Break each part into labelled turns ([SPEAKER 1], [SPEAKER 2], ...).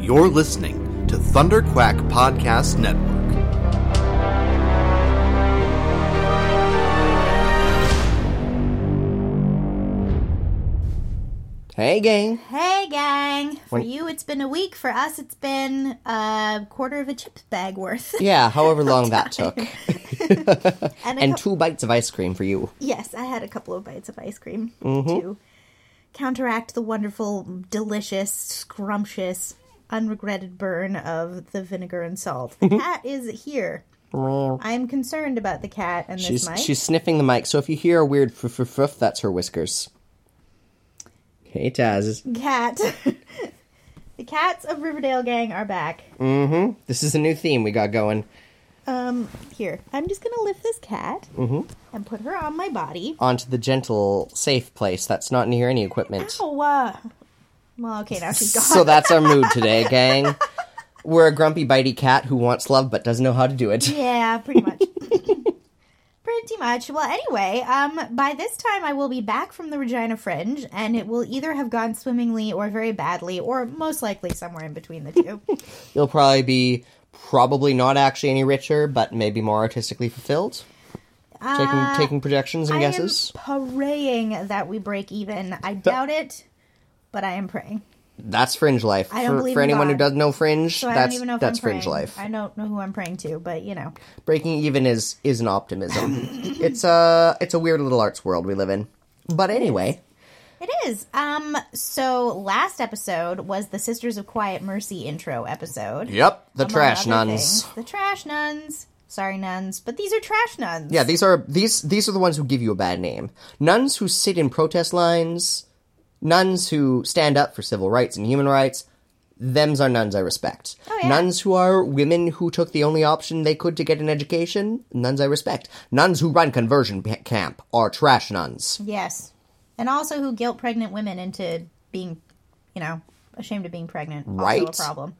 [SPEAKER 1] You're listening to Thunder Quack Podcast Network.
[SPEAKER 2] Hey, gang.
[SPEAKER 3] Hey, gang. For
[SPEAKER 2] When-
[SPEAKER 3] you, it's been a week. For us, it's been a quarter of a chips bag worth.
[SPEAKER 2] Yeah, however long that took.
[SPEAKER 3] and, a
[SPEAKER 2] And
[SPEAKER 3] cou-
[SPEAKER 2] two bites of ice cream for you.
[SPEAKER 3] yes, I had a couple of bites of ice cream
[SPEAKER 2] Mm-hmm.
[SPEAKER 3] to counteract the wonderful, delicious, scrumptious, unregretted burn of the vinegar and salt.
[SPEAKER 2] Mm-hmm.
[SPEAKER 3] The cat is here. I am concerned about the cat and
[SPEAKER 2] She's
[SPEAKER 3] this mic.
[SPEAKER 2] she's sniffing the mic, so if you hear a weird fruff, fruff, fruff, that's her whiskers. Hey, Taz.
[SPEAKER 3] Cat. the cats of Riverdale Gang are back.
[SPEAKER 2] Mm. This is a new theme we got going
[SPEAKER 3] Um, here. I'm just gonna lift this cat
[SPEAKER 2] Mm-hmm.
[SPEAKER 3] and put her on my body.
[SPEAKER 2] onto the gentle, safe place that's not near any equipment.
[SPEAKER 3] Oh, uh, well, okay, now she's gone.
[SPEAKER 2] So that's our mood today, gang. We're a grumpy, bitey cat who wants love but doesn't know how to do it.
[SPEAKER 3] yeah, pretty much. pretty much. Well, anyway, um, by this time I will be back from the Regina Fringe, and it will either have gone swimmingly or very badly, or most likely somewhere in between the two.
[SPEAKER 2] You'll probably be probably not actually any richer, but maybe more artistically fulfilled. Taking
[SPEAKER 3] Uh,
[SPEAKER 2] taking projections and
[SPEAKER 3] I am
[SPEAKER 2] guesses.
[SPEAKER 3] praying that we break even. I doubt it, but I am praying.
[SPEAKER 2] That's fringe life.
[SPEAKER 3] I don't
[SPEAKER 2] for,
[SPEAKER 3] believe
[SPEAKER 2] for
[SPEAKER 3] in
[SPEAKER 2] anyone who
[SPEAKER 3] God.
[SPEAKER 2] doesn't know fringe,
[SPEAKER 3] So I
[SPEAKER 2] that's
[SPEAKER 3] don't even know if
[SPEAKER 2] that's
[SPEAKER 3] I'm praying.
[SPEAKER 2] fringe life.
[SPEAKER 3] I don't know who I'm praying to, but you know.
[SPEAKER 2] Breaking even is is an optimism. it's a it's a weird little arts world we live in. But anyway,
[SPEAKER 3] It is. Um so last episode was the Sisters of Quiet Mercy intro episode.
[SPEAKER 2] yep, the
[SPEAKER 3] among
[SPEAKER 2] trash
[SPEAKER 3] other
[SPEAKER 2] nuns.
[SPEAKER 3] things. The trash nuns. Sorry, nuns, but these are trash nuns.
[SPEAKER 2] Yeah, these are these these are the ones who give you a bad name. Nuns who sit in protest lines, nuns who stand up for civil rights and human rights. Them's are nuns I respect.
[SPEAKER 3] Oh, yeah.
[SPEAKER 2] Nuns who are women who took the only option they could to get an education. Nuns I respect. Nuns who run conversion p- camp are trash nuns.
[SPEAKER 3] Yes. And also who guilt pregnant women into being, you know, ashamed of being pregnant.
[SPEAKER 2] Right.
[SPEAKER 3] Also a problem.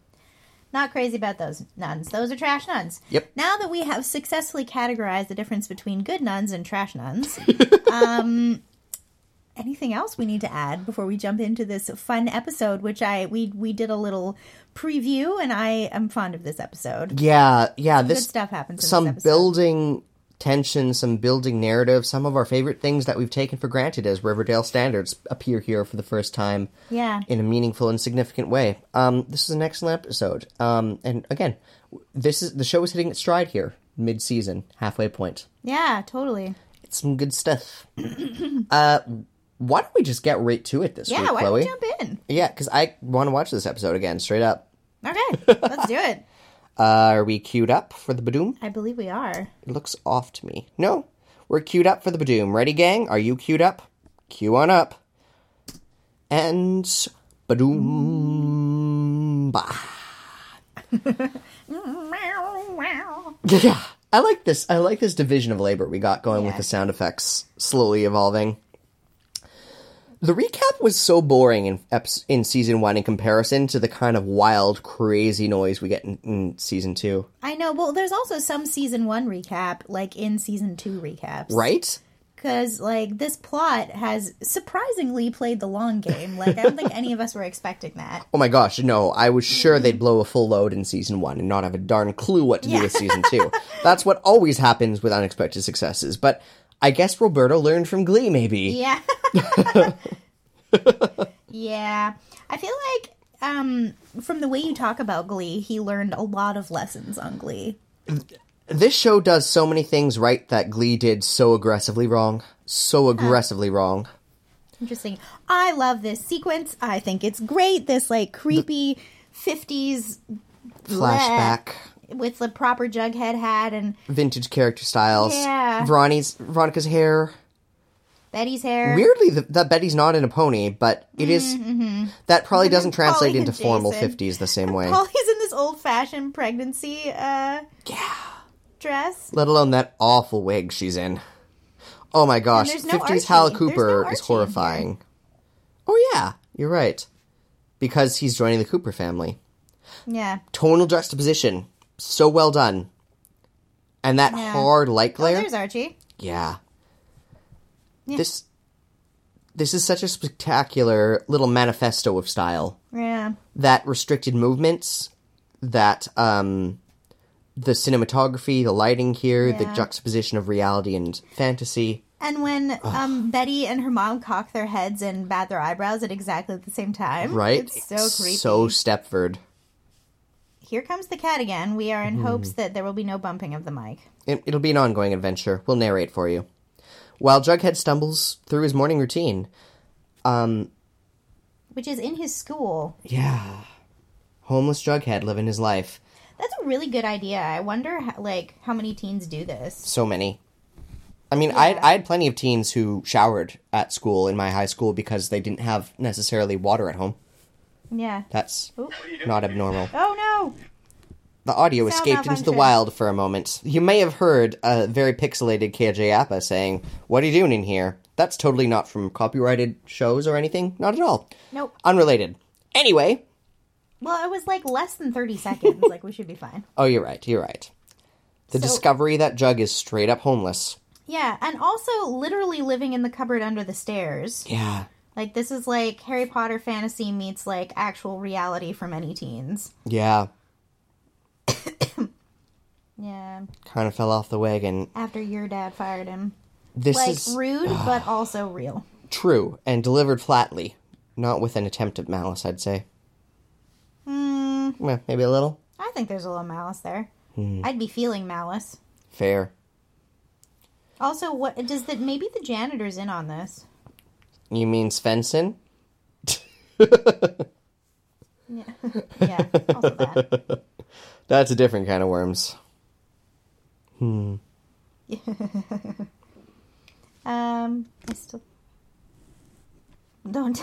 [SPEAKER 3] Not crazy about those nuns. Those are trash nuns.
[SPEAKER 2] Yep.
[SPEAKER 3] Now that we have successfully categorized the difference between good nuns and trash nuns, um, anything else we need to add before we jump into this fun episode, which I we we did a little preview, and I am fond of this episode.
[SPEAKER 2] Yeah, yeah. This
[SPEAKER 3] Good stuff happens. In
[SPEAKER 2] some
[SPEAKER 3] this episode.
[SPEAKER 2] building tension, some building narrative. Some of our favorite things that we've taken for granted as Riverdale standards appear here for the first time.
[SPEAKER 3] Yeah.
[SPEAKER 2] in a meaningful and significant way. Um, this is an excellent episode. Um, and again, w- this is the show is hitting its stride here, mid-season, halfway point.
[SPEAKER 3] Yeah. Totally.
[SPEAKER 2] It's some good stuff. uh, why don't we just get right to it this
[SPEAKER 3] Yeah.
[SPEAKER 2] week,
[SPEAKER 3] Why don't
[SPEAKER 2] Chloe?
[SPEAKER 3] we jump in?
[SPEAKER 2] Yeah, because I want to watch this episode again, straight up.
[SPEAKER 3] Okay. let's do it.
[SPEAKER 2] Uh, are we queued up for the Badoom?
[SPEAKER 3] I believe we are.
[SPEAKER 2] It looks off to me. No, we're queued up for the Badoom. Ready, gang? Are you queued up? Queue on up. And Badoom. Bah. Yeah, I like this. I like this division of labor we got going with the sound effects slowly evolving. The recap was so boring in eps- in season one in comparison to the kind of wild, crazy noise we get in, in season two,
[SPEAKER 3] I know. Well, there's also some season one recap, like in season two recaps,
[SPEAKER 2] right?
[SPEAKER 3] Because like this plot has surprisingly played the long game. Like I don't think any of us were expecting that.
[SPEAKER 2] Oh my gosh, no! I was sure they'd blow a full load in season one and not have a darn clue what to do with season two. That's what always happens with unexpected successes. But I guess Roberto learned from Glee, maybe.
[SPEAKER 3] Yeah. yeah. I feel like um from the way you talk about Glee, he learned a lot of lessons on Glee.
[SPEAKER 2] this show does so many things right that Glee did so aggressively wrong. So aggressively wrong.
[SPEAKER 3] Interesting. I love this sequence. I think it's great. This like creepy 50s
[SPEAKER 2] Flashback,
[SPEAKER 3] with the proper Jughead hat and
[SPEAKER 2] vintage character styles.
[SPEAKER 3] Yeah.
[SPEAKER 2] Veronica's, Veronica's hair.
[SPEAKER 3] Betty's hair.
[SPEAKER 2] Weirdly, the, that Betty's not in a pony, but it is-
[SPEAKER 3] Mm-hmm,
[SPEAKER 2] That probably doesn't translate
[SPEAKER 3] Polly and
[SPEAKER 2] into formal
[SPEAKER 3] Jason.
[SPEAKER 2] 50s the same way.
[SPEAKER 3] Polly's in this old fashioned pregnancy uh dress.
[SPEAKER 2] Let alone that awful wig she's in. Oh my gosh,
[SPEAKER 3] there's no
[SPEAKER 2] 50s
[SPEAKER 3] Archie.
[SPEAKER 2] Hal
[SPEAKER 3] There's no
[SPEAKER 2] Cooper
[SPEAKER 3] Archie in
[SPEAKER 2] is
[SPEAKER 3] here.
[SPEAKER 2] horrifying. Oh yeah, you're right. Because he's joining the Cooper family.
[SPEAKER 3] Yeah.
[SPEAKER 2] tonal juxtaposition so well done and that
[SPEAKER 3] Yeah. Oh,
[SPEAKER 2] hard light glare
[SPEAKER 3] There's Archie.
[SPEAKER 2] yeah. this This is such a spectacular little manifesto of style
[SPEAKER 3] Yeah.
[SPEAKER 2] that restricted movements, that um, the cinematography, the lighting here, the
[SPEAKER 3] Yeah.
[SPEAKER 2] juxtaposition of reality and fantasy.
[SPEAKER 3] And when um, Betty and her mom cock their heads and bat their eyebrows at exactly the same time,
[SPEAKER 2] Right?
[SPEAKER 3] It's so creepy.
[SPEAKER 2] So Stepford.
[SPEAKER 3] Here comes the cat again. We are in hopes
[SPEAKER 2] Mm.
[SPEAKER 3] that there will be no bumping of the mic.
[SPEAKER 2] It, it'll be an ongoing adventure. We'll narrate for you. While Jughead stumbles through his morning routine.
[SPEAKER 3] Which is in his school.
[SPEAKER 2] Yeah. Homeless Jughead living his life.
[SPEAKER 3] That's a really good idea. I wonder, how, like, how many teens do this.
[SPEAKER 2] So many. I mean, I, I had plenty of teens who showered at school in my high school because they didn't have necessarily water at home.
[SPEAKER 3] Yeah.
[SPEAKER 2] That's
[SPEAKER 3] Oop.
[SPEAKER 2] not abnormal.
[SPEAKER 3] Oh no!
[SPEAKER 2] The audio
[SPEAKER 3] Sound
[SPEAKER 2] escaped into the
[SPEAKER 3] malfunction.
[SPEAKER 2] wild for a moment. You may have heard a very pixelated KJ Appa saying, What are you doing in here? That's totally not from copyrighted shows or anything. Not at all.
[SPEAKER 3] Nope.
[SPEAKER 2] Unrelated. Anyway,
[SPEAKER 3] Well, it was like less than 30 seconds. like, we should be fine.
[SPEAKER 2] Oh, you're right. You're right. The
[SPEAKER 3] So-
[SPEAKER 2] discovery that Jug is straight up homeless.
[SPEAKER 3] Yeah, and also literally living in the cupboard under the stairs.
[SPEAKER 2] Yeah.
[SPEAKER 3] Like, this is like Harry Potter fantasy meets like actual reality for many teens.
[SPEAKER 2] Yeah.
[SPEAKER 3] Yeah,
[SPEAKER 2] Kind of fell off the wagon.
[SPEAKER 3] after your dad fired him.
[SPEAKER 2] This
[SPEAKER 3] Like,
[SPEAKER 2] is ah.
[SPEAKER 3] rude, but also real.
[SPEAKER 2] true and delivered flatly, not with an attempt at malice, I'd say. Hmm. Well, maybe a little.
[SPEAKER 3] I think there's a little malice there.
[SPEAKER 2] Hmm.
[SPEAKER 3] I'd be feeling malice.
[SPEAKER 2] Fair.
[SPEAKER 3] Also, what does that maybe the janitor's in on this?
[SPEAKER 2] You mean Svensson?
[SPEAKER 3] Yeah, also that.
[SPEAKER 2] That's a different kind of worms.
[SPEAKER 3] Um, I still don't.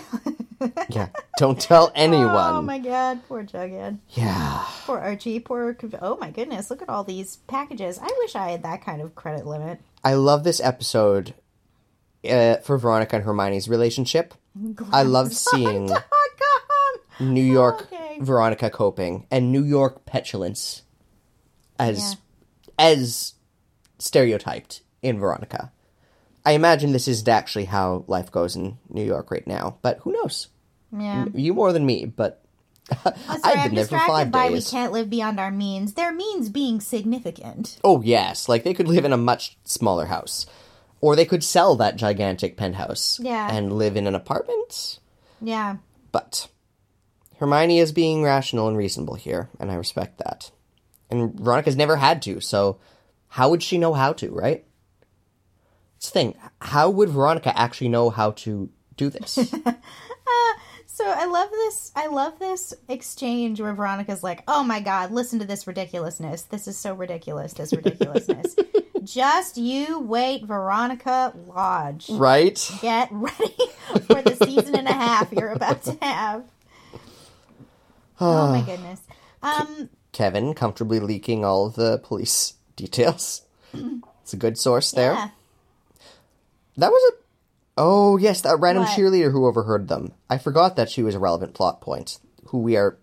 [SPEAKER 2] Yeah. Don't tell anyone.
[SPEAKER 3] oh my god, poor Jughead.
[SPEAKER 2] Yeah.
[SPEAKER 3] Poor Archie, poor. Conv- Oh my goodness, look at all these packages. I wish I had that kind of credit limit.
[SPEAKER 2] I love this episode uh, for Veronica and Hermione's relationship. I love seeing.
[SPEAKER 3] Oh god!
[SPEAKER 2] New York
[SPEAKER 3] Okay.
[SPEAKER 2] Veronica coping and New York petulance as as stereotyped in Veronica. I imagine this isn't actually how life goes in New York right now, but who knows?
[SPEAKER 3] Yeah.
[SPEAKER 2] You more than me, but
[SPEAKER 3] Oh, sorry,
[SPEAKER 2] I've
[SPEAKER 3] I'm
[SPEAKER 2] been there for
[SPEAKER 3] distracted
[SPEAKER 2] five
[SPEAKER 3] by
[SPEAKER 2] days.
[SPEAKER 3] we can't live beyond our means. Their means being significant.
[SPEAKER 2] oh yes, like they could live in a much smaller house. Or they could sell that gigantic penthouse
[SPEAKER 3] Yeah.
[SPEAKER 2] and live in an apartment.
[SPEAKER 3] Yeah.
[SPEAKER 2] But Hermione is being rational and reasonable here, and I respect that. And Veronica's never had to, so how would she know how to, right? It's the thing. How would Veronica actually know how to do this?
[SPEAKER 3] So I love this. I love this exchange where Veronica's like, "Oh my god, listen to this ridiculousness. This is so ridiculous. This ridiculousness." Just you wait, Veronica Lodge.
[SPEAKER 2] right?
[SPEAKER 3] Get ready for the season and a half you're about to have. Oh my goodness. Um,
[SPEAKER 2] Kevin comfortably leaking all of the police details. It's a good source there.
[SPEAKER 3] yeah.
[SPEAKER 2] That was a. Oh, yes, that random
[SPEAKER 3] What?
[SPEAKER 2] cheerleader who overheard them. I forgot that she was a relevant plot point, who we are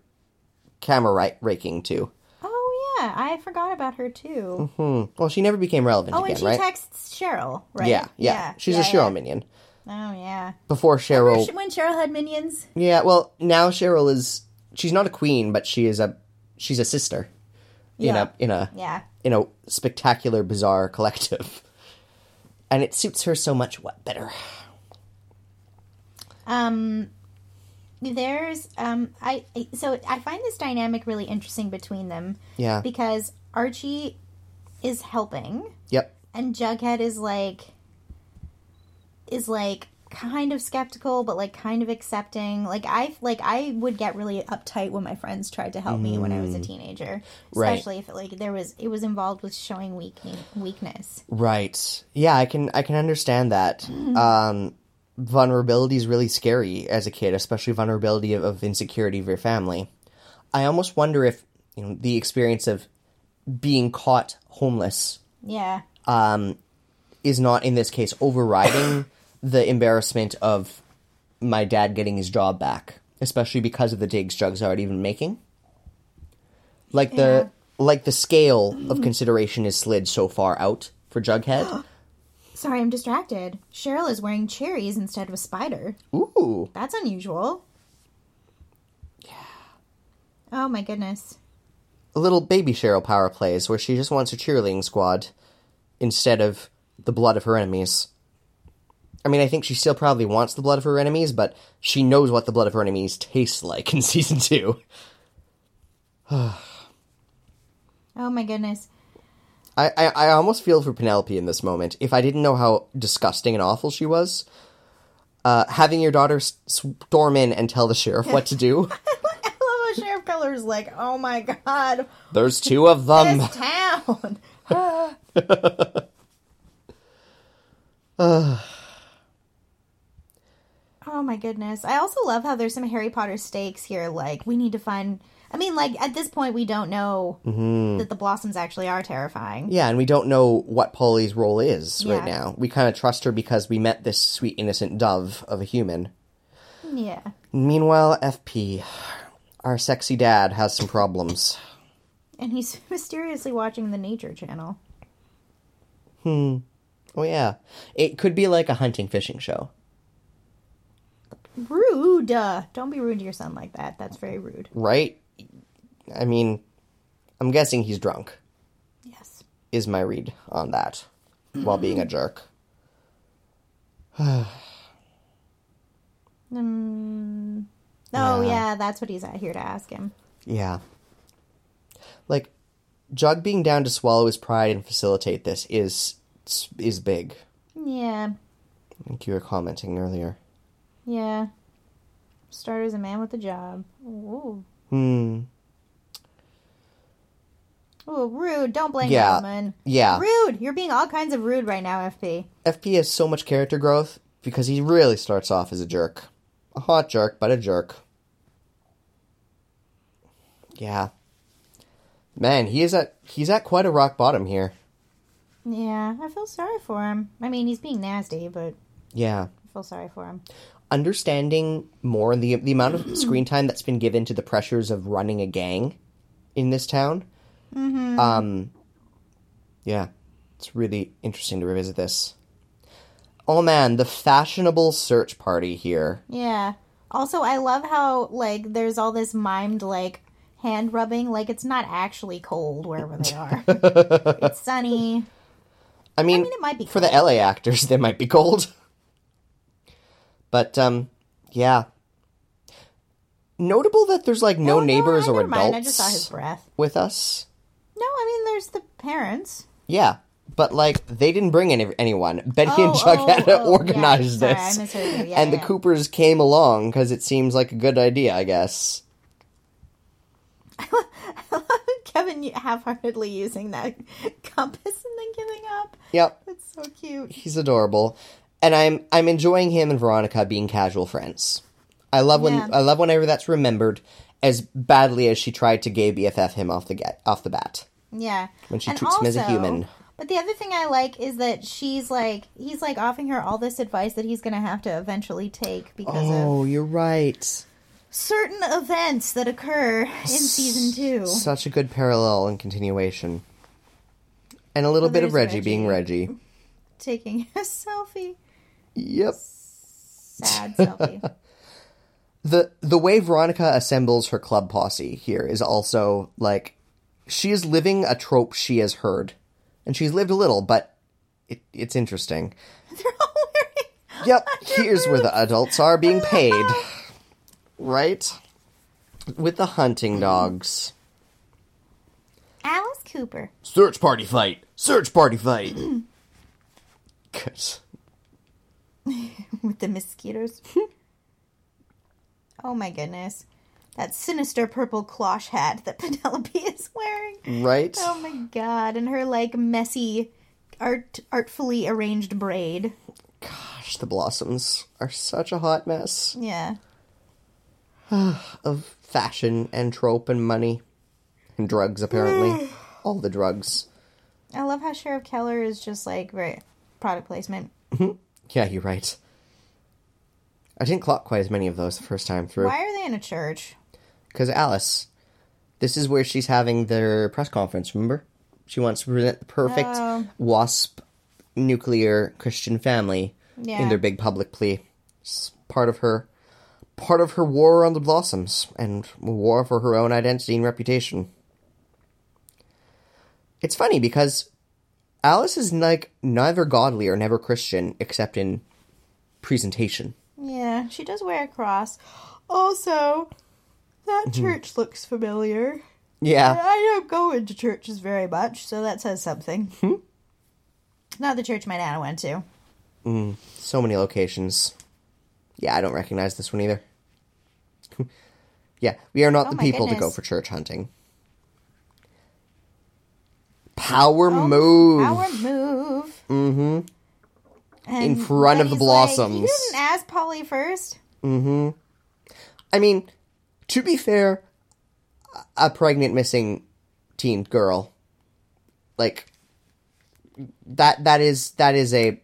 [SPEAKER 2] camera right- raking to.
[SPEAKER 3] Oh yeah, I forgot about her too.
[SPEAKER 2] Well, she never became relevant
[SPEAKER 3] Oh,
[SPEAKER 2] again,
[SPEAKER 3] and she
[SPEAKER 2] Mm-hmm. right?
[SPEAKER 3] texts Cheryl, right?
[SPEAKER 2] Yeah, yeah. She's
[SPEAKER 3] yeah,
[SPEAKER 2] a Cheryl Oh. minion.
[SPEAKER 3] yeah. Oh yeah.
[SPEAKER 2] Before Cheryl.
[SPEAKER 3] When Cheryl had minions.
[SPEAKER 2] yeah, well, now Cheryl is she's not a queen, but she is a she's a sister. In
[SPEAKER 3] Yeah.
[SPEAKER 2] a in a
[SPEAKER 3] Yeah.
[SPEAKER 2] in a spectacular bizarre collective. And it suits her so much what better.
[SPEAKER 3] um there's um I I- so I find this dynamic really interesting between them.
[SPEAKER 2] Yeah.
[SPEAKER 3] Because Archie is helping
[SPEAKER 2] Yep.
[SPEAKER 3] and Jughead is like is like kind of skeptical but like kind of accepting. Like I like I would get really uptight when my friends tried to help me when I was a teenager,
[SPEAKER 2] Mm. Right.
[SPEAKER 3] especially if like there was it was involved with showing weak weakness.
[SPEAKER 2] Right. Yeah, I can I can understand that. um vulnerability is really scary as a kid, especially vulnerability of, of insecurity of your family. I almost wonder if, you know, the experience of being caught homeless
[SPEAKER 3] Yeah.
[SPEAKER 2] is not in this case overriding the embarrassment of my dad getting his job back, especially because of the digs drugs aren't even making. Like the like the scale of consideration is slid so far out for Jughead.
[SPEAKER 3] Sorry, I'm distracted. Cheryl is wearing cherries instead of a spider.
[SPEAKER 2] Ooh.
[SPEAKER 3] That's unusual. Yeah. Oh my goodness.
[SPEAKER 2] A little baby Cheryl power plays where she just wants her cheerleading squad instead of the blood of her enemies. I mean, I think she still probably wants the blood of her enemies, but she knows what the blood of her enemies tastes like in season two.
[SPEAKER 3] Oh my goodness.
[SPEAKER 2] I, I, I almost feel for Penelope in this moment. If I didn't know how disgusting and awful she was, uh, having your daughter s- storm in and tell the sheriff what to do.
[SPEAKER 3] I love how Sheriff Keller's like, oh my god,
[SPEAKER 2] There's two of them.
[SPEAKER 3] this town. oh my goodness. I also love how there's some Harry Potter stakes here. Like, we need to find. I mean, like, at this point, we don't know that the blossoms actually are terrifying.
[SPEAKER 2] Yeah, and we don't know what Polly's role is right
[SPEAKER 3] Yeah.
[SPEAKER 2] now. We kind of trust her because we met this sweet, innocent dove of a human.
[SPEAKER 3] Yeah.
[SPEAKER 2] Meanwhile, FP, our sexy dad, has some problems.
[SPEAKER 3] And he's mysteriously watching the Nature Channel.
[SPEAKER 2] Oh, yeah. It could be like a hunting fishing show.
[SPEAKER 3] Rude. uh, Don't be rude to your son like that. That's very rude.
[SPEAKER 2] right? I mean, I'm guessing he's drunk,
[SPEAKER 3] Yes.
[SPEAKER 2] is my read on that, while being a jerk.
[SPEAKER 3] Oh, yeah, that's what he's out here to ask him.
[SPEAKER 2] Yeah. Like, Jug being down to swallow his pride and facilitate this is is big.
[SPEAKER 3] Yeah.
[SPEAKER 2] I think you were commenting earlier.
[SPEAKER 3] Yeah. Started as a man with a job. Ooh.
[SPEAKER 2] Hmm.
[SPEAKER 3] Ooh, rude. Don't blame
[SPEAKER 2] Yeah.
[SPEAKER 3] Gelman.
[SPEAKER 2] Yeah.
[SPEAKER 3] Rude. You're being all kinds of rude right now, FP.
[SPEAKER 2] FP has so much character growth because he really starts off as a jerk. A hot jerk, but a jerk. Yeah. Man, he is at he's at quite a rock bottom here.
[SPEAKER 3] Yeah, I feel sorry for him. I mean, he's being nasty, but
[SPEAKER 2] Yeah.
[SPEAKER 3] I feel sorry for him.
[SPEAKER 2] understanding more the the amount of screen time that's been given to the pressures of running a gang in this town. Um, yeah, it's really interesting to revisit this. Oh man, the fashionable search party here.
[SPEAKER 3] Yeah. Also, I love how, like, there's all this mimed, like, hand rubbing. Like, it's not actually cold wherever they are. it's sunny.
[SPEAKER 2] I mean,
[SPEAKER 3] mean, it might be
[SPEAKER 2] for the LA actors, they might be cold. But um, yeah. Notable that there's like no,
[SPEAKER 3] Oh,
[SPEAKER 2] neighbors
[SPEAKER 3] I-
[SPEAKER 2] or
[SPEAKER 3] never
[SPEAKER 2] adults
[SPEAKER 3] mind, I just saw his breath.
[SPEAKER 2] with us.
[SPEAKER 3] No, I mean, there's the parents.
[SPEAKER 2] Yeah, but like they didn't bring any anyone. Betty
[SPEAKER 3] Oh,
[SPEAKER 2] and Chuck
[SPEAKER 3] oh,
[SPEAKER 2] had to
[SPEAKER 3] oh,
[SPEAKER 2] organize
[SPEAKER 3] yeah.
[SPEAKER 2] this,
[SPEAKER 3] Sorry, I misheard you. Yeah,
[SPEAKER 2] and
[SPEAKER 3] yeah,
[SPEAKER 2] the
[SPEAKER 3] yeah.
[SPEAKER 2] Coopers came along because it seems like a good idea, I guess.
[SPEAKER 3] Kevin half heartedly using that compass and then giving up.
[SPEAKER 2] Yep,
[SPEAKER 3] That's so cute.
[SPEAKER 2] he's adorable, and I'm I'm enjoying him and Veronica being casual friends. I love when
[SPEAKER 3] Yeah.
[SPEAKER 2] I love whenever that's remembered as badly as she tried to gay BFF him off the get off the bat.
[SPEAKER 3] Yeah.
[SPEAKER 2] When she treats him as a human.
[SPEAKER 3] But the other thing I like is that she's like, he's like offering her all this advice that he's going to have to eventually take because of
[SPEAKER 2] Oh, you're right.
[SPEAKER 3] certain events that occur in season two.
[SPEAKER 2] Such a good parallel and continuation, and a little
[SPEAKER 3] Well,
[SPEAKER 2] bit of
[SPEAKER 3] there's
[SPEAKER 2] Reggie being Reggie.
[SPEAKER 3] Taking a selfie.
[SPEAKER 2] Yep.
[SPEAKER 3] Sad selfie.
[SPEAKER 2] the the way Veronica assembles her club posse here is also like she is living a trope she has heard, and she's lived a little, but it, it's interesting.
[SPEAKER 3] They're all wearing.
[SPEAKER 2] Yep, here's where the adults are being paid, right? With the hunting dogs.
[SPEAKER 3] Alice Cooper.
[SPEAKER 2] Search party fight. Search party fight. Good.
[SPEAKER 3] with the mosquitoes. oh my goodness. That sinister purple cloche hat that Penelope is wearing.
[SPEAKER 2] Right?
[SPEAKER 3] Oh my god, and her like messy art artfully arranged braid.
[SPEAKER 2] Gosh, the blossoms are such a hot mess
[SPEAKER 3] Yeah.
[SPEAKER 2] of fashion and trope and money and drugs apparently. All the drugs.
[SPEAKER 3] I love how Sheriff Keller is just like very product placement.
[SPEAKER 2] Yeah, you're right. I didn't clock quite as many of those the first time through.
[SPEAKER 3] Why are they in a church?
[SPEAKER 2] Because Alice, this is where she's having their press conference, remember? She wants to present the perfect
[SPEAKER 3] Oh.
[SPEAKER 2] wasp nuclear Christian family in
[SPEAKER 3] Yeah.
[SPEAKER 2] their big public plea. It's part of her part of her war on the blossoms and war for her own identity and reputation. It's funny because Alice is like neither godly or never Christian except in presentation.
[SPEAKER 3] Yeah, she does wear a cross. Also, that
[SPEAKER 2] Mm-hmm.
[SPEAKER 3] church looks familiar.
[SPEAKER 2] Yeah.
[SPEAKER 3] I don't go into churches very much, so that says something. Hmm? Not the church my nana went to.
[SPEAKER 2] So many locations. Yeah, I don't recognize this one either. yeah, we are not
[SPEAKER 3] Oh
[SPEAKER 2] the
[SPEAKER 3] my
[SPEAKER 2] people to go
[SPEAKER 3] goodness.
[SPEAKER 2] for church hunting. Power
[SPEAKER 3] Oh,
[SPEAKER 2] move.
[SPEAKER 3] Our move. Mm-hmm.
[SPEAKER 2] In front of the blossoms.
[SPEAKER 3] you didn't ask Polly first.
[SPEAKER 2] I mean, to be fair, a pregnant missing teen girl, like that that is that is a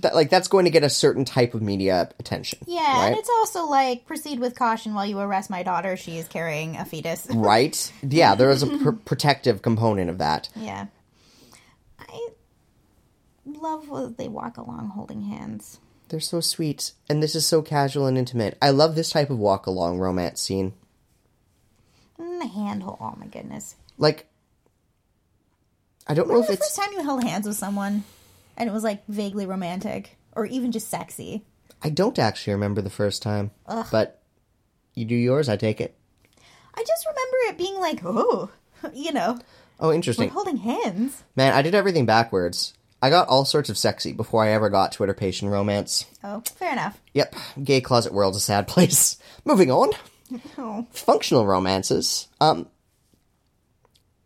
[SPEAKER 2] that like that's going to get a certain type of media attention.
[SPEAKER 3] Yeah,
[SPEAKER 2] right?
[SPEAKER 3] and it's also like proceed with caution while you arrest my daughter. She is carrying a fetus.
[SPEAKER 2] right? Yeah, there is a pr- protective component of that.
[SPEAKER 3] yeah. I love when they walk along holding hands.
[SPEAKER 2] They're so sweet, and this is so casual and intimate. I love this type of walk along romance scene.
[SPEAKER 3] And the handle. Oh my goodness.
[SPEAKER 2] Like, I don't know if
[SPEAKER 3] The
[SPEAKER 2] it's
[SPEAKER 3] first time you held hands with someone and it was like vaguely romantic or even just sexy.
[SPEAKER 2] I don't actually remember the first time, but you do yours. I take it.
[SPEAKER 3] I just remember it being like, oh, you know,
[SPEAKER 2] Oh,
[SPEAKER 3] we're
[SPEAKER 2] interesting,
[SPEAKER 3] holding hands.
[SPEAKER 2] man! I did everything backwards. I got all sorts of sexy before I ever got Twitter patient romance.
[SPEAKER 3] Oh, fair enough.
[SPEAKER 2] Yep, gay closet world's a sad place. Moving on.
[SPEAKER 3] Oh.
[SPEAKER 2] functional romances um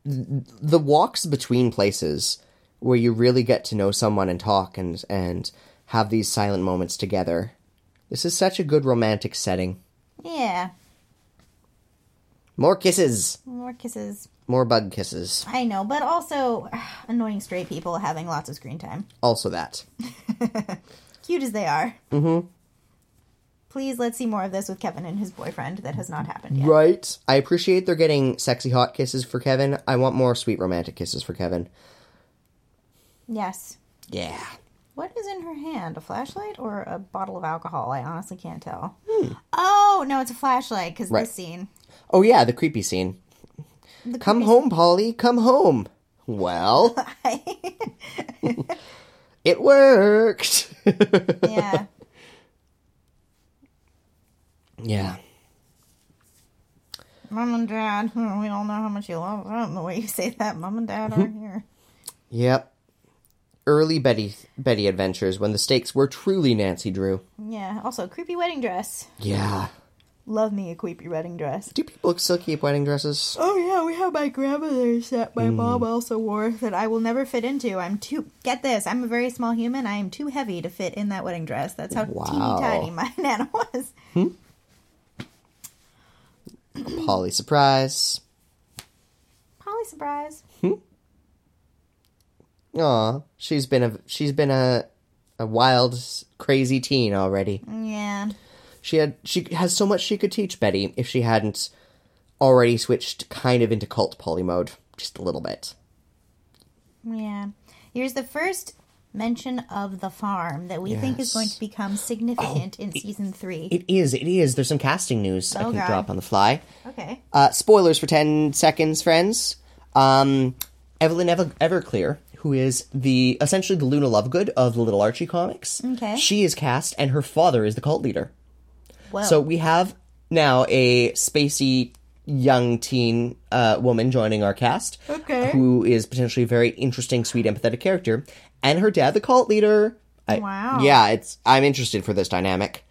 [SPEAKER 2] th- the walks between places where you really get to know someone and talk and and have these silent moments together this is such a good romantic setting
[SPEAKER 3] Yeah.
[SPEAKER 2] more kisses
[SPEAKER 3] More kisses.
[SPEAKER 2] more bug kisses
[SPEAKER 3] I know, but also annoying straight people having lots of screen time.
[SPEAKER 2] also that
[SPEAKER 3] Cute as they are. Mm hmm.
[SPEAKER 2] Mm-hmm.
[SPEAKER 3] Please, let's see more of this with Kevin and his boyfriend. That has not happened yet.
[SPEAKER 2] right i appreciate they're getting sexy hot kisses for kevin i want more sweet romantic kisses for kevin
[SPEAKER 3] Yes.
[SPEAKER 2] yeah
[SPEAKER 3] What is in her hand? A flashlight or a bottle of alcohol? I honestly can't tell. Oh, no, it's a flashlight because
[SPEAKER 2] Hmm. Right.
[SPEAKER 3] this scene.
[SPEAKER 2] oh yeah the creepy scene
[SPEAKER 3] The
[SPEAKER 2] come home polly come home well it worked
[SPEAKER 3] Yeah.
[SPEAKER 2] yeah
[SPEAKER 3] Mom and Dad, hmm, we all know how much you love them. The way you say that, Mom and Dad
[SPEAKER 2] Mm-hmm.
[SPEAKER 3] are here.
[SPEAKER 2] Yep. Early Betty Betty adventures when the stakes were truly Nancy Drew.
[SPEAKER 3] Yeah. Also, creepy wedding dress.
[SPEAKER 2] Yeah.
[SPEAKER 3] Love me a creepy wedding dress.
[SPEAKER 2] Do people still keep wedding dresses?
[SPEAKER 3] Oh yeah, we have my grandmother's that my mom
[SPEAKER 2] Mm.
[SPEAKER 3] also wore that I will never fit into. I'm too get this. I'm a very small human. I am too heavy to fit in that wedding dress. That's how
[SPEAKER 2] Wow.
[SPEAKER 3] teeny tiny my nana was.
[SPEAKER 2] Polly surprise.
[SPEAKER 3] Polly surprise.
[SPEAKER 2] Aw, she's been a she's been a a wild crazy teen already.
[SPEAKER 3] Yeah.
[SPEAKER 2] She had she has so much she could teach Betty if she hadn't already switched kind of into cult Polly mode just a little bit.
[SPEAKER 3] Yeah. Here's the first mention of the farm that we think is going
[SPEAKER 2] Yes. Oh,
[SPEAKER 3] to become significant in season three.
[SPEAKER 2] It is, it is. There's some casting news I
[SPEAKER 3] Oh,
[SPEAKER 2] can
[SPEAKER 3] God.
[SPEAKER 2] drop on the fly.
[SPEAKER 3] okay.
[SPEAKER 2] Uh, spoilers for 10 seconds, friends. Um, Evelyn Ever- Everclear, who is the essentially the Luna Lovegood of the Little Archie comics,
[SPEAKER 3] Okay.
[SPEAKER 2] she is cast, and her father is the cult leader.
[SPEAKER 3] Whoa.
[SPEAKER 2] So we have now a spacey young teen uh, woman joining our cast,
[SPEAKER 3] Okay.
[SPEAKER 2] who is potentially a very interesting, sweet, empathetic character, and her dad, the cult leader. I-
[SPEAKER 3] Wow.
[SPEAKER 2] Yeah, it's I'm interested for this dynamic.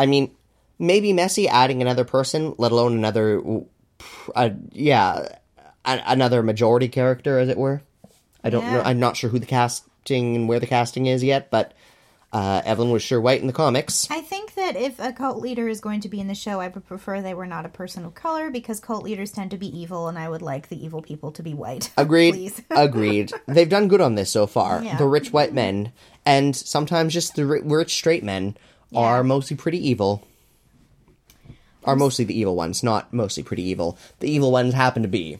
[SPEAKER 2] I mean, maybe messy adding another person, let alone another, uh, yeah, a- another majority character, as it were. I don't know.
[SPEAKER 3] Yeah.
[SPEAKER 2] I'm not sure who the casting and where the casting is yet, but uh, Evelyn was sure white in the comics.
[SPEAKER 3] I think that if a cult leader is going to be in the show, I would prefer they were not a person of color because cult leaders tend to be evil, and I would like the evil people to be white.
[SPEAKER 2] Agreed.
[SPEAKER 3] Please.
[SPEAKER 2] Agreed. They've done good on this so far.
[SPEAKER 3] Yeah.
[SPEAKER 2] The rich white men, and sometimes just the ri- rich straight men, are mostly pretty evil. Are mostly the evil ones, not mostly pretty evil. The evil ones happen to be.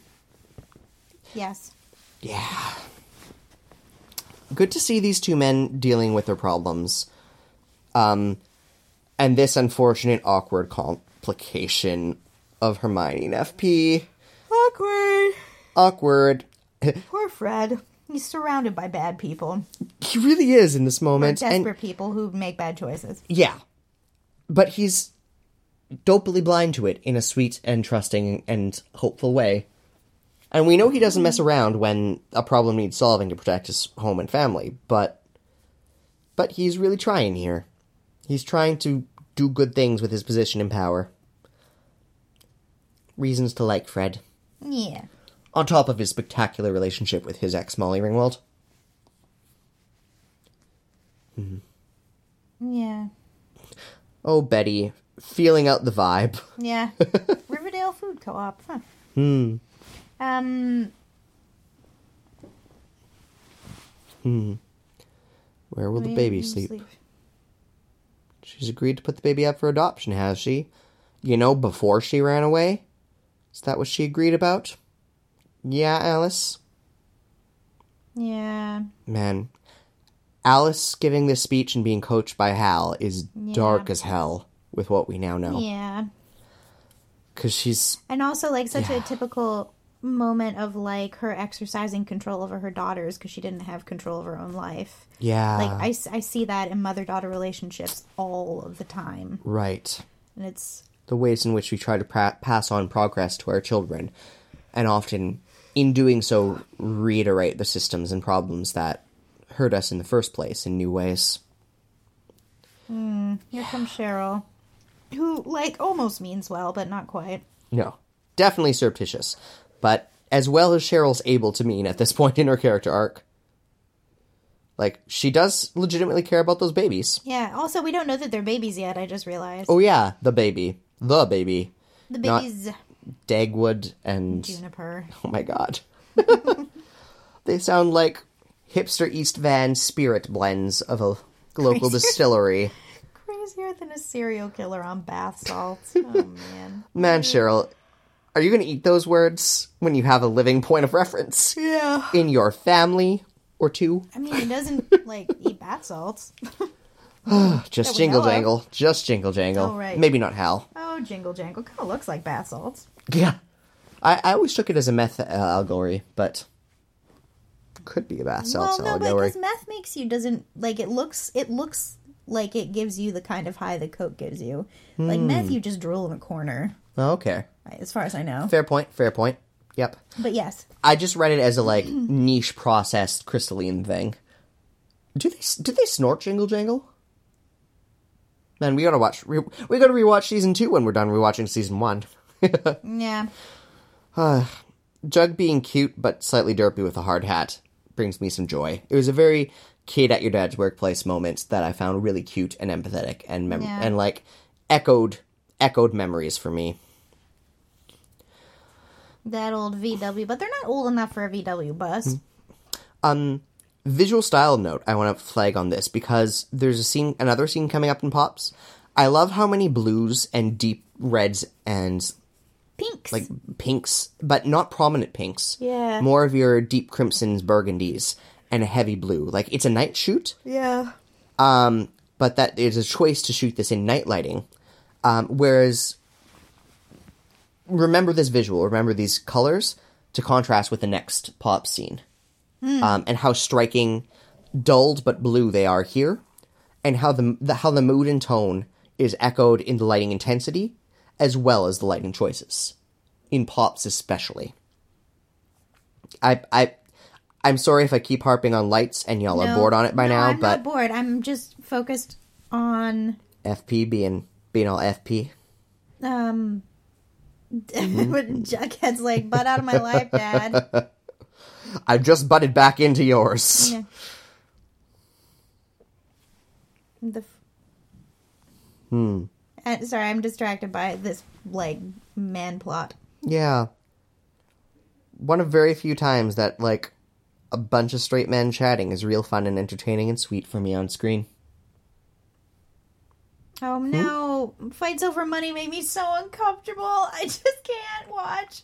[SPEAKER 3] Yes.
[SPEAKER 2] Yeah. good to see these two men dealing with their problems. Um, and this unfortunate, awkward complication of Hermione and FP.
[SPEAKER 3] Awkward.
[SPEAKER 2] Awkward.
[SPEAKER 3] Poor Fred. He's surrounded by bad people,
[SPEAKER 2] He really is in this moment.
[SPEAKER 3] desperate
[SPEAKER 2] And
[SPEAKER 3] people who make bad choices.
[SPEAKER 2] yeah. But he's dopely blind to it in a sweet and trusting and hopeful way. And we know he doesn't mess around when a problem needs solving to protect his home and family, but but he's really trying here. He's trying to do good things with his position and power. Reasons to like Fred.
[SPEAKER 3] Yeah.
[SPEAKER 2] On top of his spectacular relationship with his ex Molly Ringwald.
[SPEAKER 3] Yeah.
[SPEAKER 2] Oh, Betty, feeling out the vibe.
[SPEAKER 3] Yeah. Riverdale Food Co-op. Huh. Hmm. Um.
[SPEAKER 2] Where will the baby sleep? She's agreed to put the baby up for adoption, has she? You know, before she ran away? Is that what she agreed about? Yeah, Alice.
[SPEAKER 3] Yeah.
[SPEAKER 2] Man, Alice giving this speech and being coached by Hal is dark as hell with what we now know.
[SPEAKER 3] Yeah.
[SPEAKER 2] Because she's.
[SPEAKER 3] And also, like, such a
[SPEAKER 2] Yeah.
[SPEAKER 3] typical moment of like her exercising control over her daughters because she didn't have control of her own life.
[SPEAKER 2] Yeah.
[SPEAKER 3] Like, I, s- I see that in mother daughter relationships all of the time.
[SPEAKER 2] Right.
[SPEAKER 3] And it's,
[SPEAKER 2] the ways in which we try to pra- pass on progress to our children, and often in doing so, reiterate the systems and problems that hurt us in the first place in new ways.
[SPEAKER 3] here comes Cheryl, who, like, almost means well, but not quite.
[SPEAKER 2] No, definitely surreptitious, but as well as Cheryl's able to mean at this point in her character arc. Like, she does legitimately care about those babies.
[SPEAKER 3] Yeah. Also, we don't know that they're babies yet, I just realized.
[SPEAKER 2] Oh, yeah, the baby. The baby.
[SPEAKER 3] the
[SPEAKER 2] not-
[SPEAKER 3] babies,
[SPEAKER 2] Dagwood and.
[SPEAKER 3] Juniper.
[SPEAKER 2] Oh my god. they sound like hipster East Van spirit blends of a local distillery.
[SPEAKER 3] Crazier than a serial killer on bath salts. Oh, man.
[SPEAKER 2] Man, Cheryl, are you going to eat those words when you have a living point of reference
[SPEAKER 3] Yeah.
[SPEAKER 2] in your family or two?
[SPEAKER 3] I mean, he doesn't, like, eat bath salts.
[SPEAKER 2] Just
[SPEAKER 3] we know
[SPEAKER 2] jingle
[SPEAKER 3] of.
[SPEAKER 2] jangle. Just jingle jangle.
[SPEAKER 3] Oh, right.
[SPEAKER 2] Maybe not Hal.
[SPEAKER 3] Oh, Jingle Jangle kind of looks like bath salts.
[SPEAKER 2] Yeah. I, I always took it as a meth uh, allegory, but could be a bath salts
[SPEAKER 3] well, no, but
[SPEAKER 2] allegory.
[SPEAKER 3] because meth makes you doesn't like it looks. It looks like it gives you the kind of high that coke gives you. Like meth,
[SPEAKER 2] Hmm.
[SPEAKER 3] you just drool in a corner,
[SPEAKER 2] Okay.
[SPEAKER 3] as far as I know.
[SPEAKER 2] Fair point. Fair point. Yep.
[SPEAKER 3] But yes,
[SPEAKER 2] I just read it as a like niche processed crystalline thing. Do they do they snort jingle jangle? Man, we gotta watch. Re, we gotta rewatch season two when we're done rewatching season one.
[SPEAKER 3] yeah,
[SPEAKER 2] Jug being cute but slightly derpy with a hard hat brings me some joy. It was a very kid at your dad's workplace moment that I found really cute and empathetic and mem-
[SPEAKER 3] Yeah.
[SPEAKER 2] and like echoed echoed memories for me.
[SPEAKER 3] that old VW. But they're not old enough for a VW
[SPEAKER 2] Hmm.
[SPEAKER 3] bus.
[SPEAKER 2] visual style note I want to flag on this because there's a scene, another scene coming up in Pops. I love how many blues and deep reds and
[SPEAKER 3] Pinks.
[SPEAKER 2] like pinks, but not prominent pinks.
[SPEAKER 3] Yeah.
[SPEAKER 2] More of your deep crimsons, burgundies, and a heavy blue. Like it's a night shoot,
[SPEAKER 3] yeah,
[SPEAKER 2] but that is a choice to shoot this in night lighting. Um, whereas, remember this visual, remember these colors to contrast with the next pop scene,
[SPEAKER 3] Hmm.
[SPEAKER 2] um, and how striking, dulled but blue they are here, and how the, the how the mood and tone is echoed in the lighting intensity as well as the lighting choices, in pops especially. I I. I'm sorry if I keep harping on lights and y'all are
[SPEAKER 3] No,
[SPEAKER 2] bored on it by
[SPEAKER 3] no,
[SPEAKER 2] now,
[SPEAKER 3] I'm
[SPEAKER 2] but
[SPEAKER 3] not bored. I'm just focused on
[SPEAKER 2] FP being being all FP.
[SPEAKER 3] um.
[SPEAKER 2] Mm-hmm.
[SPEAKER 3] Jughead's like butt out of my life, Dad.
[SPEAKER 2] I just butted back into yours.
[SPEAKER 3] Yeah. The. F- hmm. sorry, I'm distracted by this like man plot.
[SPEAKER 2] Yeah. One of very few times that like a bunch of straight men chatting is real fun and entertaining and sweet for me on screen.
[SPEAKER 3] Oh
[SPEAKER 2] Hmm?
[SPEAKER 3] no! Fights over money make me so uncomfortable. I just can't watch.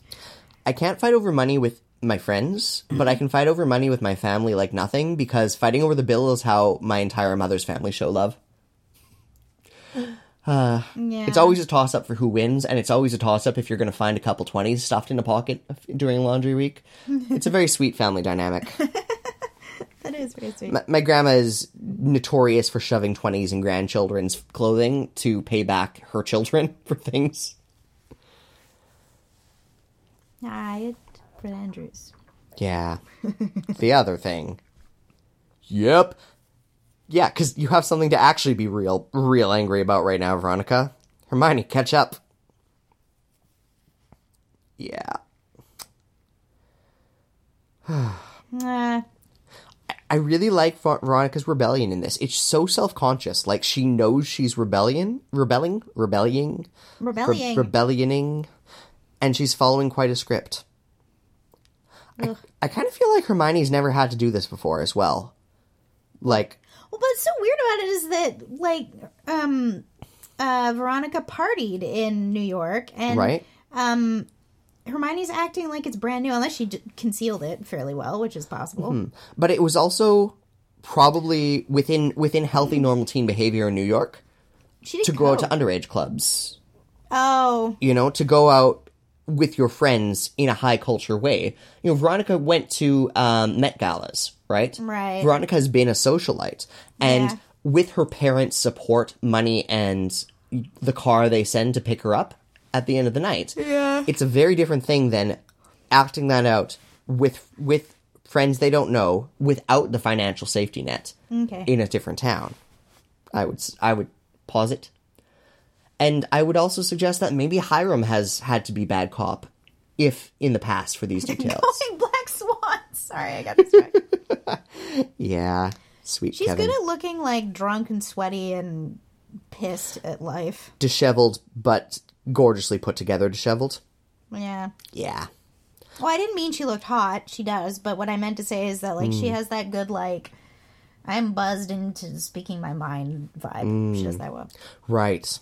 [SPEAKER 2] I can't fight over money with my friends, but I can fight over money with my family like nothing because fighting over the bill is how my entire mother's family show love.
[SPEAKER 3] Yeah.
[SPEAKER 2] It's always a toss up for who wins, and it's always a toss up if you're going to find a couple 20s stuffed in a pocket during laundry week. it's a very sweet family dynamic.
[SPEAKER 3] that is very sweet.
[SPEAKER 2] My, my grandma is notorious for shoving 20s in grandchildren's clothing to pay back her children for things.
[SPEAKER 3] I Fred Andrews.
[SPEAKER 2] Yeah. the other thing. Yep. Yeah, because you have something to actually be real, real angry about right now, Veronica. Hermione, catch up. Yeah.
[SPEAKER 3] Uh,
[SPEAKER 2] I really like Ver- Veronica's rebellion in this. It's so self conscious. Like she knows she's rebellion, rebelling, rebelling,
[SPEAKER 3] rebellion.
[SPEAKER 2] Re- rebellioning, and she's following quite a script. I,
[SPEAKER 3] Ugh.
[SPEAKER 2] I kind of feel like Hermione's never had to do this before as well. Like,
[SPEAKER 3] well, what's so weird about it is that like um uh Veronica partied in New York and
[SPEAKER 2] right?
[SPEAKER 3] Hermione's acting like it's brand new unless she d- concealed it fairly well, which is possible.
[SPEAKER 2] But it was also probably within within healthy normal teen behavior in New York
[SPEAKER 3] She didn't
[SPEAKER 2] to go out to
[SPEAKER 3] cope.
[SPEAKER 2] underage clubs.
[SPEAKER 3] Oh,
[SPEAKER 2] you know, to go out with your friends in a high culture way. You know, Veronica went to um, Met galas, right?
[SPEAKER 3] Right.
[SPEAKER 2] Veronica has been a socialite, and
[SPEAKER 3] Yeah.
[SPEAKER 2] with her parents' support, money, and the car they send to pick her up at the end of the night, yeah, it's a very different thing than acting that out with with friends they don't know without the financial safety net
[SPEAKER 3] okay.
[SPEAKER 2] in a different town. I would s- I would posit, and I would also suggest that maybe Hiram has had to be bad cop, if in the past for these details.
[SPEAKER 3] Calling Black Swan. Sorry, I got distracted.
[SPEAKER 2] yeah, sweet
[SPEAKER 3] She's
[SPEAKER 2] Kevin,
[SPEAKER 3] good at looking like drunk and sweaty and pissed at life.
[SPEAKER 2] disheveled but gorgeously put together, disheveled.
[SPEAKER 3] Yeah.
[SPEAKER 2] Yeah,
[SPEAKER 3] Well, I didn't mean she looked hot. She does, but what I meant to say is that like
[SPEAKER 2] Mm.
[SPEAKER 3] she has that good like I'm buzzed into speaking my mind vibe. She
[SPEAKER 2] Mm.
[SPEAKER 3] does that well.
[SPEAKER 2] right.